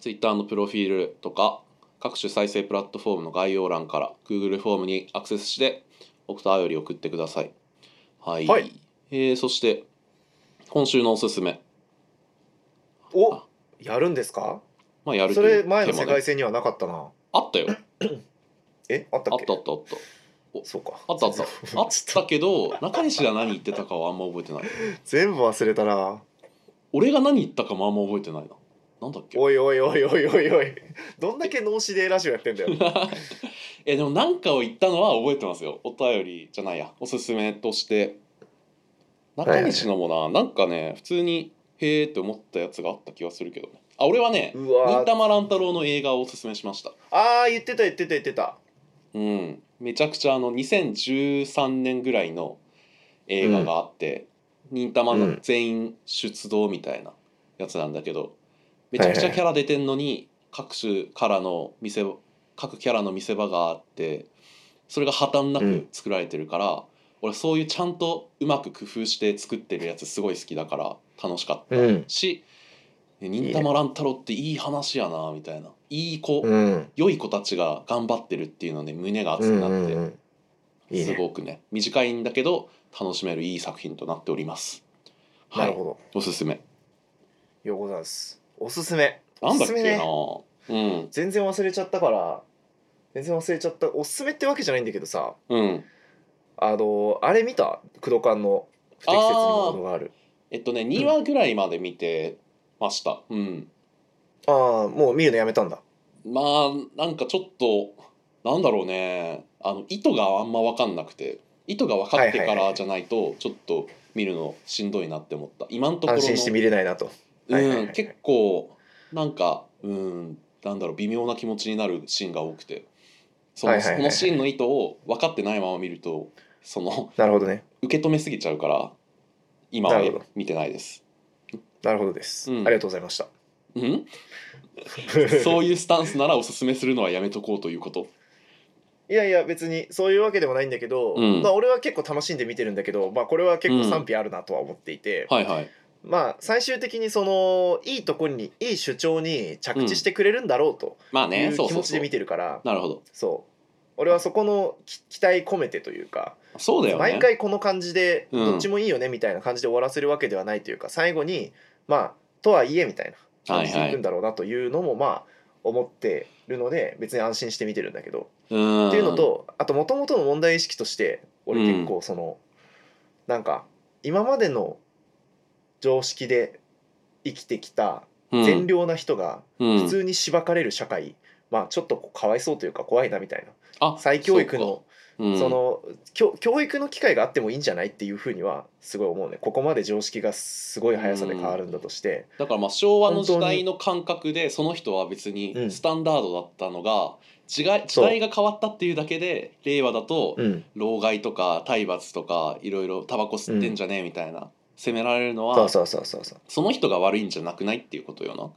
Speaker 1: Twitter のプロフィールとか各種再生プラットフォームの概要欄から Google フォームにアクセスしてお便り送ってくださいはい、
Speaker 2: はい
Speaker 1: えーそして今週のおすすめ、
Speaker 2: おやるんですか
Speaker 1: まあ、やる
Speaker 2: そ
Speaker 1: とい
Speaker 2: れ
Speaker 1: う
Speaker 2: 前の
Speaker 1: テー
Speaker 2: 世
Speaker 1: マで
Speaker 2: 界線にはなかったな
Speaker 1: あったよ
Speaker 2: えあった
Speaker 1: あ
Speaker 2: っ
Speaker 1: っ
Speaker 2: け
Speaker 1: たあったあった
Speaker 2: そうか
Speaker 1: あったあった あっ
Speaker 2: ち
Speaker 1: た
Speaker 2: ょっと
Speaker 1: けど中西が何言ってたかはあんま覚えてない
Speaker 2: 全部忘れたな
Speaker 1: 俺が何言ったかもあんま覚えてないななんだっけ
Speaker 2: おいおいおいおいおいおいどんだけ脳死でラジオやってんだよ
Speaker 1: えでも何かを言ったのは覚えてますよお便りじゃないやおすすめとして中西のもな、なんかね普通にへーって思ったやつがあった気がするけどねあ俺はね
Speaker 2: うわ
Speaker 1: 忍
Speaker 2: ー
Speaker 1: たま乱太郎の映画をおすすめしました
Speaker 2: あー言ってた言ってた言ってた
Speaker 1: うんめちゃくちゃあの2013年ぐらいの映画があって、忍たまの全員出動みたいなやつなんだけど、めちゃくちゃキャラ出てんのに各種からの見せ場各キャラの見せ場があってそれが破綻なく作られてるから、俺そういうちゃんとうまく工夫して作ってるやつすごい好きだから楽しかった
Speaker 2: うん
Speaker 1: し「ね忍たま乱太郎っていい話やな」みたいな「いい子、
Speaker 2: うん
Speaker 1: 良い子たちが頑張ってる」っていうので胸が
Speaker 2: う
Speaker 1: 熱く
Speaker 2: ん
Speaker 1: な
Speaker 2: う
Speaker 1: って。
Speaker 2: んうんいい
Speaker 1: す
Speaker 2: ね
Speaker 1: ごくね短いんだけど楽しめるいい作品となっておりますは
Speaker 2: なる
Speaker 1: い
Speaker 2: ほど
Speaker 1: おすすめ
Speaker 2: ようございますおすすめお
Speaker 1: なん
Speaker 2: す
Speaker 1: だっ
Speaker 2: す
Speaker 1: け
Speaker 2: め
Speaker 1: な、
Speaker 2: ね
Speaker 1: うん
Speaker 2: 全然忘れちゃったから全然忘れちゃったおすすめってわけじゃないんだけどさ
Speaker 1: うん
Speaker 2: あのあれ見た工藤館の不適切にものがある
Speaker 1: えっとね2話ぐらいまで見てましたうん、
Speaker 2: ああもう見るのやめたんだ
Speaker 1: まあなんかちょっとなんだろうねあの意図があんま分かんなくて意図が分かってか
Speaker 2: はいはいは
Speaker 1: ら
Speaker 2: い
Speaker 1: じゃないとちょっと見るのしんどいなって思った今のところ
Speaker 2: 安
Speaker 1: の
Speaker 2: 心して見れないなとはいはいは
Speaker 1: う
Speaker 2: い
Speaker 1: ん結構なんかうんなんだろう微妙な気持ちになるシーンが多くてその,、
Speaker 2: はいはいはいはい
Speaker 1: そのシーンの意図を分かってないまま見るとその
Speaker 2: なるほどね
Speaker 1: 受け止めすぎちゃうから今は
Speaker 2: なるほど
Speaker 1: 見てないです。
Speaker 2: なるほどです、
Speaker 1: うん
Speaker 2: ありがとうございました
Speaker 1: うん、そういうスタンスならおすすめするのはやめとこうという こと。
Speaker 2: いやいや別にそういうわけでもないんだけど、
Speaker 1: うん
Speaker 2: まあ、俺は結構楽しんで見てるんだけど、まあ、これは結構賛否あるなとは思っていて、
Speaker 1: はいはい。
Speaker 2: まあ最終的にそのいいとこにいい主張に着地してくれるんだろうと
Speaker 1: まあ
Speaker 2: い
Speaker 1: ね、
Speaker 2: う
Speaker 1: そう
Speaker 2: 気
Speaker 1: そう
Speaker 2: 持ち
Speaker 1: そ
Speaker 2: で
Speaker 1: う
Speaker 2: 見。てるから、
Speaker 1: なるほど。
Speaker 2: そう俺はそこのき期待込めてというか、
Speaker 1: そうだよね。
Speaker 2: 毎回この感じで
Speaker 1: うん
Speaker 2: どっちもいいよねみたいな感じで終わらせるわけではないというか最後にまあとはいえみたいな感じていくんだろうなというのもまあ思ってるので別に安心して見てるんだけど、
Speaker 1: うん、
Speaker 2: っていうのとあともともとの問題意識として俺結構その、なんか今までの常識で生きてきた善良な人が
Speaker 1: うん、
Speaker 2: 普通にしばかれる社会、まあちょっとこうかわいそうというか怖いなみたい
Speaker 1: あ
Speaker 2: な再教育の
Speaker 1: そうかうん
Speaker 2: その教教育の機会があってもいいんじゃないっていうふうにはすごい思うねここまで常識がすごい速さで変わるんだとして、
Speaker 1: だからまあ昭和の時代の感覚でその人は別にスタンダードだったのが時代時
Speaker 2: そう
Speaker 1: 代が変わったっていうだけで令和だと
Speaker 2: うん
Speaker 1: 老害とか体罰とかいろいろタバコ吸ってんじゃねえみたいな責められるの
Speaker 2: そう
Speaker 1: は
Speaker 2: そうそうそうそう
Speaker 1: その人が悪いんじゃなくないっていうことよ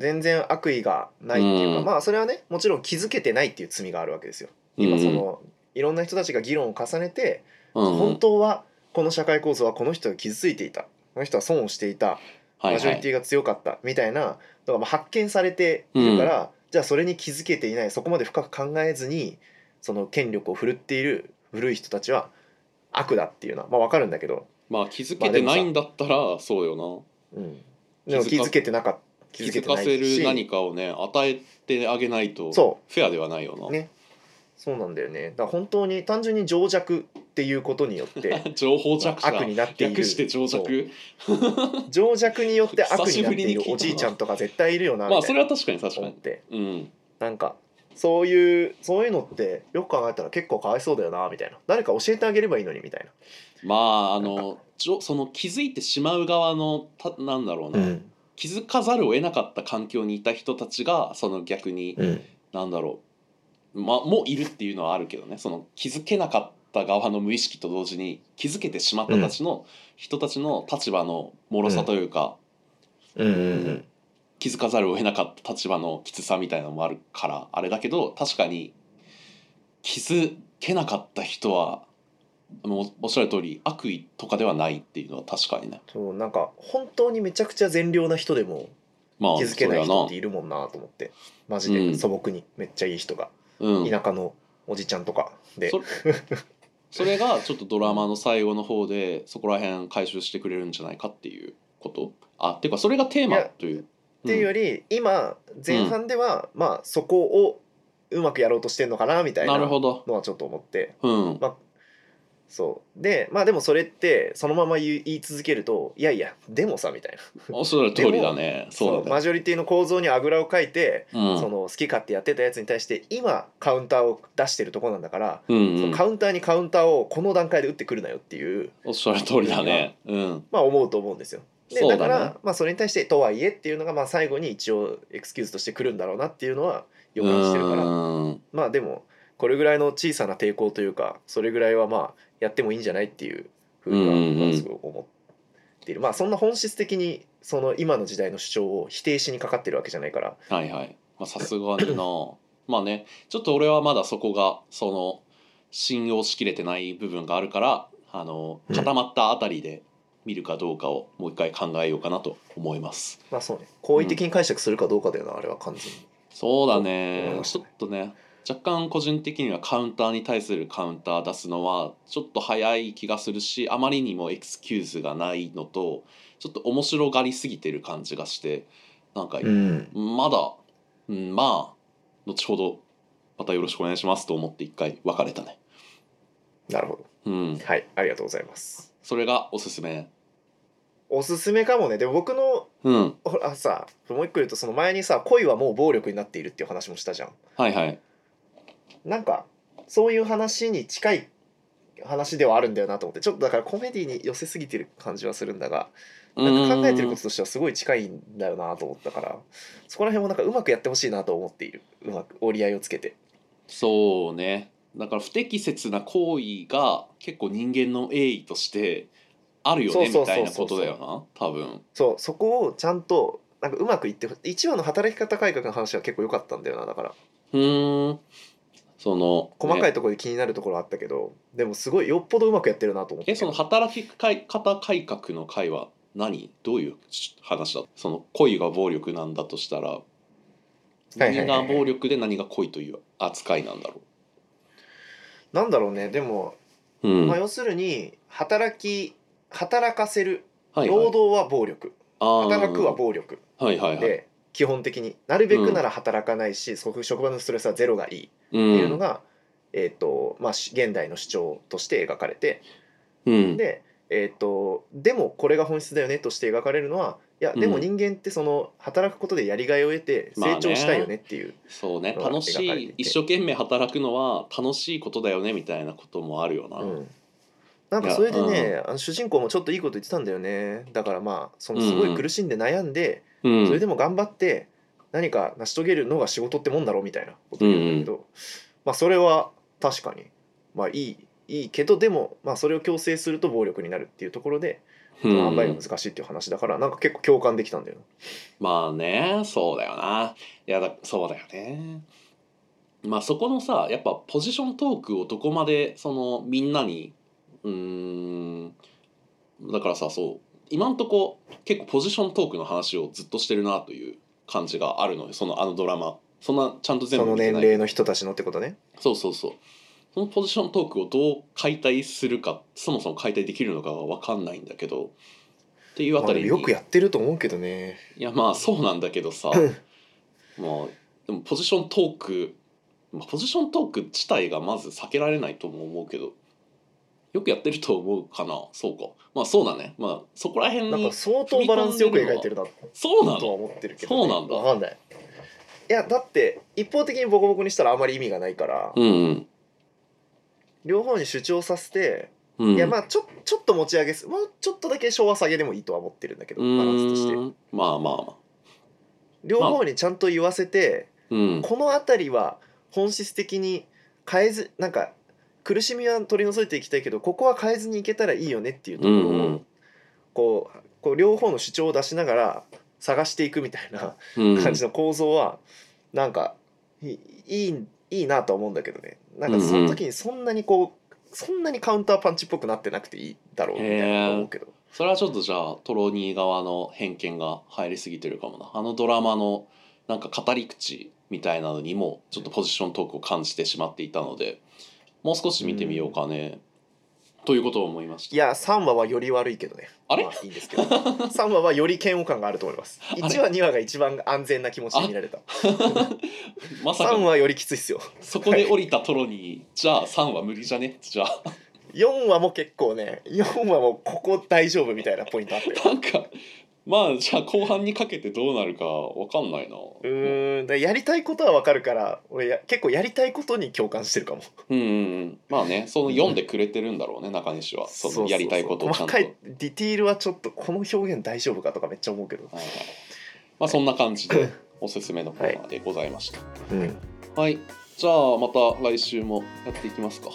Speaker 2: 全然悪意がないっていうか、
Speaker 1: うん
Speaker 2: まあそれはねもちろん気づけてないっていう罪があるわけですよ
Speaker 1: な。
Speaker 2: 今その、いろんな人たちが議論を重ねて、
Speaker 1: うんうん
Speaker 2: 本当はこの社会構造はこの人が傷ついていたこの人は損をしていた
Speaker 1: はい
Speaker 2: マジョリティが強かったみたいなのがまあ発見されているから、じゃあそれに気づけていないそこまで深く考えずにその権力を振るっている古い人たちは悪だっていうのはまあわかるんだけど、
Speaker 1: まあ気づけてないんだったらそうよ
Speaker 2: うん、でも
Speaker 1: 気づ
Speaker 2: 気
Speaker 1: か
Speaker 2: づけてなかった
Speaker 1: な。気づかせる何かをね与えてあげないと
Speaker 2: そう
Speaker 1: フェアではないよな。
Speaker 2: ねそうなんだよねだから本当に単純に情弱っていうことによって
Speaker 1: 情報弱者。
Speaker 2: 悪になっている
Speaker 1: 略して情
Speaker 2: そう
Speaker 1: 弱。
Speaker 2: 情弱によって悪になってい
Speaker 1: 久しぶりに
Speaker 2: る
Speaker 1: 聞いたな
Speaker 2: おじいちゃんとか絶対いるよな
Speaker 1: まあ
Speaker 2: みた
Speaker 1: そ
Speaker 2: い
Speaker 1: れ
Speaker 2: な
Speaker 1: は確かに確か
Speaker 2: 思っ
Speaker 1: に。
Speaker 2: て
Speaker 1: うん。
Speaker 2: なんかそういうそういうのってよく考えたら結構かわいそうだよなみたいな誰か教えてあげればいいのにみたい
Speaker 1: まああ
Speaker 2: なん
Speaker 1: のじょその気づいてしまう側のたなんだろう
Speaker 2: な、
Speaker 1: な、気づかざるを得なかった環境にいた人たちがその逆に、
Speaker 2: うん
Speaker 1: なんだろうまあもういるっていうのはあるけどねその気づけなかった側の無意識と同時に気づけてしまったたちの、人たちの立場の脆さというか、
Speaker 2: うんうん
Speaker 1: 気づかざるを得なかった立場のきつさみたいなのもあるからあれだけど確かに気づけなかった人はもうおっしゃる通り悪意とかではないっていうのは確かにね。
Speaker 2: そうなんか本当にめちゃくちゃ善良な人でも
Speaker 1: まあ、
Speaker 2: 気づけない人
Speaker 1: そ
Speaker 2: って
Speaker 1: り
Speaker 2: いるもんなと思ってマジ
Speaker 1: う
Speaker 2: で
Speaker 1: ん
Speaker 2: 素朴にめっちゃいい人が、
Speaker 1: ゃなうん、
Speaker 2: 田舎のおじちゃんとかで
Speaker 1: そそれがちょっとドラマの最後の方でそこら辺回収してくれるんじゃないかっていうことあっていうかそれがテーマという。
Speaker 2: っていうよ
Speaker 1: り、
Speaker 2: り、今前半では、まあそこをうまくやろうとしてんのかなみたいな
Speaker 1: なる
Speaker 2: の
Speaker 1: ほど。
Speaker 2: はちょっと思って
Speaker 1: うん。
Speaker 2: そうでまあでもそれってそのまま言い言い続けるといやいやでもさみたいな
Speaker 1: おそらく通りだね。そう
Speaker 2: その
Speaker 1: だ
Speaker 2: マ
Speaker 1: ね。
Speaker 2: ジョリティの構造にあぐらをかいて、
Speaker 1: うん
Speaker 2: その好き勝手やってたやつに対して今カウンターを出してるとこなんだから、
Speaker 1: うん
Speaker 2: その
Speaker 1: うん、
Speaker 2: カウンターにカウンターをこの段階で打ってくるなよっていう、
Speaker 1: おっしゃる通りだね。うん。
Speaker 2: まあ、思うと思うんですよ。で
Speaker 1: そうだ
Speaker 2: だ
Speaker 1: ね
Speaker 2: からまあ、それに対して「とはいえ」っていうのがまあ最後に一応エクスキューズとしてくるんだろうなっていうのは予感してるから
Speaker 1: うん
Speaker 2: まあでもこれぐらいの小さな抵抗というかそれぐらいはまあやってもいいんじゃないっていうふうには
Speaker 1: うんうんうん
Speaker 2: 僕はすごい思っている、まあそんな本質的にその今の時代の主張を否定しにかかってるわけじゃないから
Speaker 1: はいはい。まあさすがにな。 まあねちょっと俺はまだそこがその信用しきれてない部分があるからあの
Speaker 2: うん
Speaker 1: 固まったあたりで見るかどうかをもう一回考えようかなと思います。
Speaker 2: まあそうね好意的に解釈するかどうかだよな、あれは完全に
Speaker 1: そうだ
Speaker 2: と思い
Speaker 1: ね
Speaker 2: まし
Speaker 1: ち
Speaker 2: た
Speaker 1: ょっ
Speaker 2: ね
Speaker 1: とね若干個人的にはカウンターに対するカウンター出すのはちょっと早い気がするしあまりにもエクスキューズがないのとちょっと面白がりすぎてる感じがしてなんか
Speaker 2: うん
Speaker 1: まだ、うん、まあ後ほどまたよろしくお願いしますと思って一回別れたね
Speaker 2: なるほど
Speaker 1: うん
Speaker 2: はいありがとうございます
Speaker 1: それがおすすめ
Speaker 2: おすすめかもねで僕の
Speaker 1: うん
Speaker 2: ほらさもう一個言うとその前にさ恋はもう暴力になっているっていう話もしたじゃん
Speaker 1: はいはい
Speaker 2: なんかそういう話に近い話ではあるんだよなと思ってちょっとだからコメディに寄せすぎてる感じはするんだがなんか考えてることとしてはすごい近いんだよなと思ったからそこら辺もなんかうまくやってほしいなと思っているうまく折り合いをつけて
Speaker 1: そうねだから不適切な行為が結構人間の栄意としてあるよね
Speaker 2: そう
Speaker 1: み
Speaker 2: そう
Speaker 1: た
Speaker 2: そ
Speaker 1: いうなこ
Speaker 2: そうそう
Speaker 1: とだよな多分
Speaker 2: そうそこをちゃんとなんかうまくいってほ一話の働き方改革の話は結構良かったんだよなだから
Speaker 1: うーんその
Speaker 2: 細かい
Speaker 1: ね
Speaker 2: ところで気になるところはあったけど、でもすごいよっぽどうまくやってるなと思って
Speaker 1: えその働き方改革の会は何どういう話だその恋が暴力なんだとしたら
Speaker 2: いはいはいは
Speaker 1: 何
Speaker 2: い
Speaker 1: が暴力で何が恋という扱いなんだろ
Speaker 2: なんだろうねでも、
Speaker 1: う、うん
Speaker 2: まあ、要するに働き働かせる
Speaker 1: はいはい
Speaker 2: 労働は暴力、
Speaker 1: ああー
Speaker 2: 働くは暴力
Speaker 1: はいはいはい。
Speaker 2: で基本的になるべくなら働かないし、そ職場のストレスはゼロがいいっ
Speaker 1: う
Speaker 2: ていうの
Speaker 1: ん。
Speaker 2: が、えーとまあ、し現代の主張として描かれて
Speaker 1: うん。
Speaker 2: で,、えー、とでもこれが本質だよねとして描かれるのはいやでも
Speaker 1: うん
Speaker 2: 人間ってその働くことでやりがいを得て成長したいよねっていう、
Speaker 1: そうね。
Speaker 2: のが
Speaker 1: 楽し
Speaker 2: 描かれてい
Speaker 1: い
Speaker 2: て
Speaker 1: 一生懸命働くのは楽しいことだよねみたいなこともあるよな。
Speaker 2: うん、なんかそれでね、あの主人公もちょっといいこと言ってたんだよねだからまあそのすごい苦しんで悩んで、
Speaker 1: うん。
Speaker 2: それでも頑張って何か成し遂げるのが仕事ってもんだろみたいなこと言うんだけど、まあそれは確かにまあいいいいけどでも、まあ、それを強制すると暴力になるっていうところで
Speaker 1: う
Speaker 2: その
Speaker 1: ん
Speaker 2: 塩梅が難しいっていう話だからなんか結構共感できたんだよ
Speaker 1: まあね、そうだよな。いやだそうだよね。まあそこのさ、やっぱポジショントークをどこまでそのみんなに、うーん、だからさ、そう、今んとこ結構ポジショントークの話をずっとしてるなという感じがあるのよ、そのあのドラマ。そんなちゃんと全
Speaker 2: そ
Speaker 1: 部
Speaker 2: の
Speaker 1: 見て
Speaker 2: 年
Speaker 1: ない
Speaker 2: 齢の人たちのってことね
Speaker 1: そうそうそう。そのポジショントークをどう解体するか、そもそも解体できるのかは分かんないんだけど、っていうあ
Speaker 2: まあ
Speaker 1: たり
Speaker 2: でも
Speaker 1: に
Speaker 2: よくやってると思うけどね
Speaker 1: いやまあそうなんだけどさまあでもポジショントーク、まあ、ポジショントーク自体がまず避けられないとも思うけどよくやってると思うかなそうかまあそうだねまあそこら辺
Speaker 2: なん
Speaker 1: に
Speaker 2: か相当バランスよく描いてるな
Speaker 1: そうな
Speaker 2: とは
Speaker 1: の
Speaker 2: 思ってるけど、
Speaker 1: そうなんだ
Speaker 2: わかんないいやだって一方的にボコボコにしたらあまり意味がないから、
Speaker 1: うんうん
Speaker 2: 両方に主張させて
Speaker 1: うん
Speaker 2: いやまあちょちょっと持ち上げすもうちょっとだけ昭和下げでもいいとは思ってるんだけど
Speaker 1: う
Speaker 2: バ
Speaker 1: ーん
Speaker 2: ランスとして
Speaker 1: まあまあまあ
Speaker 2: 両方にちゃんと言わせて、
Speaker 1: うん
Speaker 2: この辺りは本質的に変えずなんか苦しみは取り除いていきたいけどここは変えずにいけたらいいよねっていうと
Speaker 1: う
Speaker 2: ころを、
Speaker 1: んうん
Speaker 2: こうこう両方の主張を出しながら探していくみたいな
Speaker 1: うん
Speaker 2: 感じの構造は、なんかいいいいいなとは思うんだけどねなんか
Speaker 1: うんうん
Speaker 2: その時にそんなにこうそんなにカウンターパンチっぽくなってなくていいだろうみたいな思うけど。
Speaker 1: それはちょっとじゃあトロニー側の偏見が入りすぎてるかもなあのドラマのなんか語り口みたいなのにもちょっとポジショントークを感じてしまっていたのでもう少し見てみようかね、ということを思いまし
Speaker 2: い
Speaker 1: た
Speaker 2: や3話はより悪いけどね
Speaker 1: あれ
Speaker 2: まいいんですけど3話はより嫌悪感があると思 います
Speaker 1: れ
Speaker 2: 1話2話が一番安全な気持ちで見られた
Speaker 1: まさ
Speaker 2: 3
Speaker 1: か
Speaker 2: 話よりきついっすよ
Speaker 1: そこで降りたトロニーじゃあ3は無理じゃねじゃあ
Speaker 2: 4話も結構ね4話もここ大丈夫みたいなポイントあったよ
Speaker 1: なんかまあじゃあ後半にかけてどうなるかわかんないな
Speaker 2: うーんだからやりたいことはわかるから俺や結構やりたいことに共感してるかも
Speaker 1: うんうんうんまあねその読んでくれてるんだろうね中西はそのやりたいことをちゃんと。
Speaker 2: 細かいディティールはちょっとこの表現大丈夫かとかめっちゃ思うけど、
Speaker 1: はいはいまあそんな感じでおすすめのコーナーでございました。
Speaker 2: うん、
Speaker 1: はい、じゃあまた来週もやっていきますか。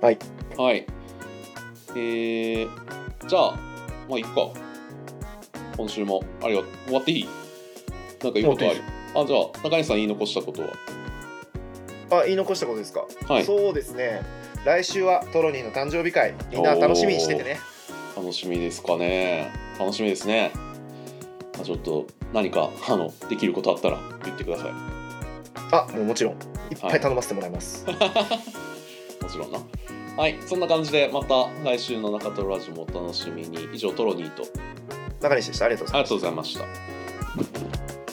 Speaker 2: はい。
Speaker 1: はい。えー、じゃあまあいっか。今週もありがとう。終わっていい？なんか言うことある
Speaker 2: 終？
Speaker 1: あじゃあ中西さん言い残したことは。
Speaker 2: あ言い残したことですか、
Speaker 1: はい。
Speaker 2: そうですね来週はトロニーの誕生日会みんな楽しみにしててね
Speaker 1: 楽しみですかね。楽しみですね。まあちょっと何かあのできることあったら言ってください。
Speaker 2: あもうもちろんいっぱい頼ませてもらいます、
Speaker 1: もちろんな。はい、そんな感じでまた来週の中トロラジオもお楽しみに。以上、トロニーと
Speaker 2: 中西でしたありがとうございます
Speaker 1: ありがとうございました。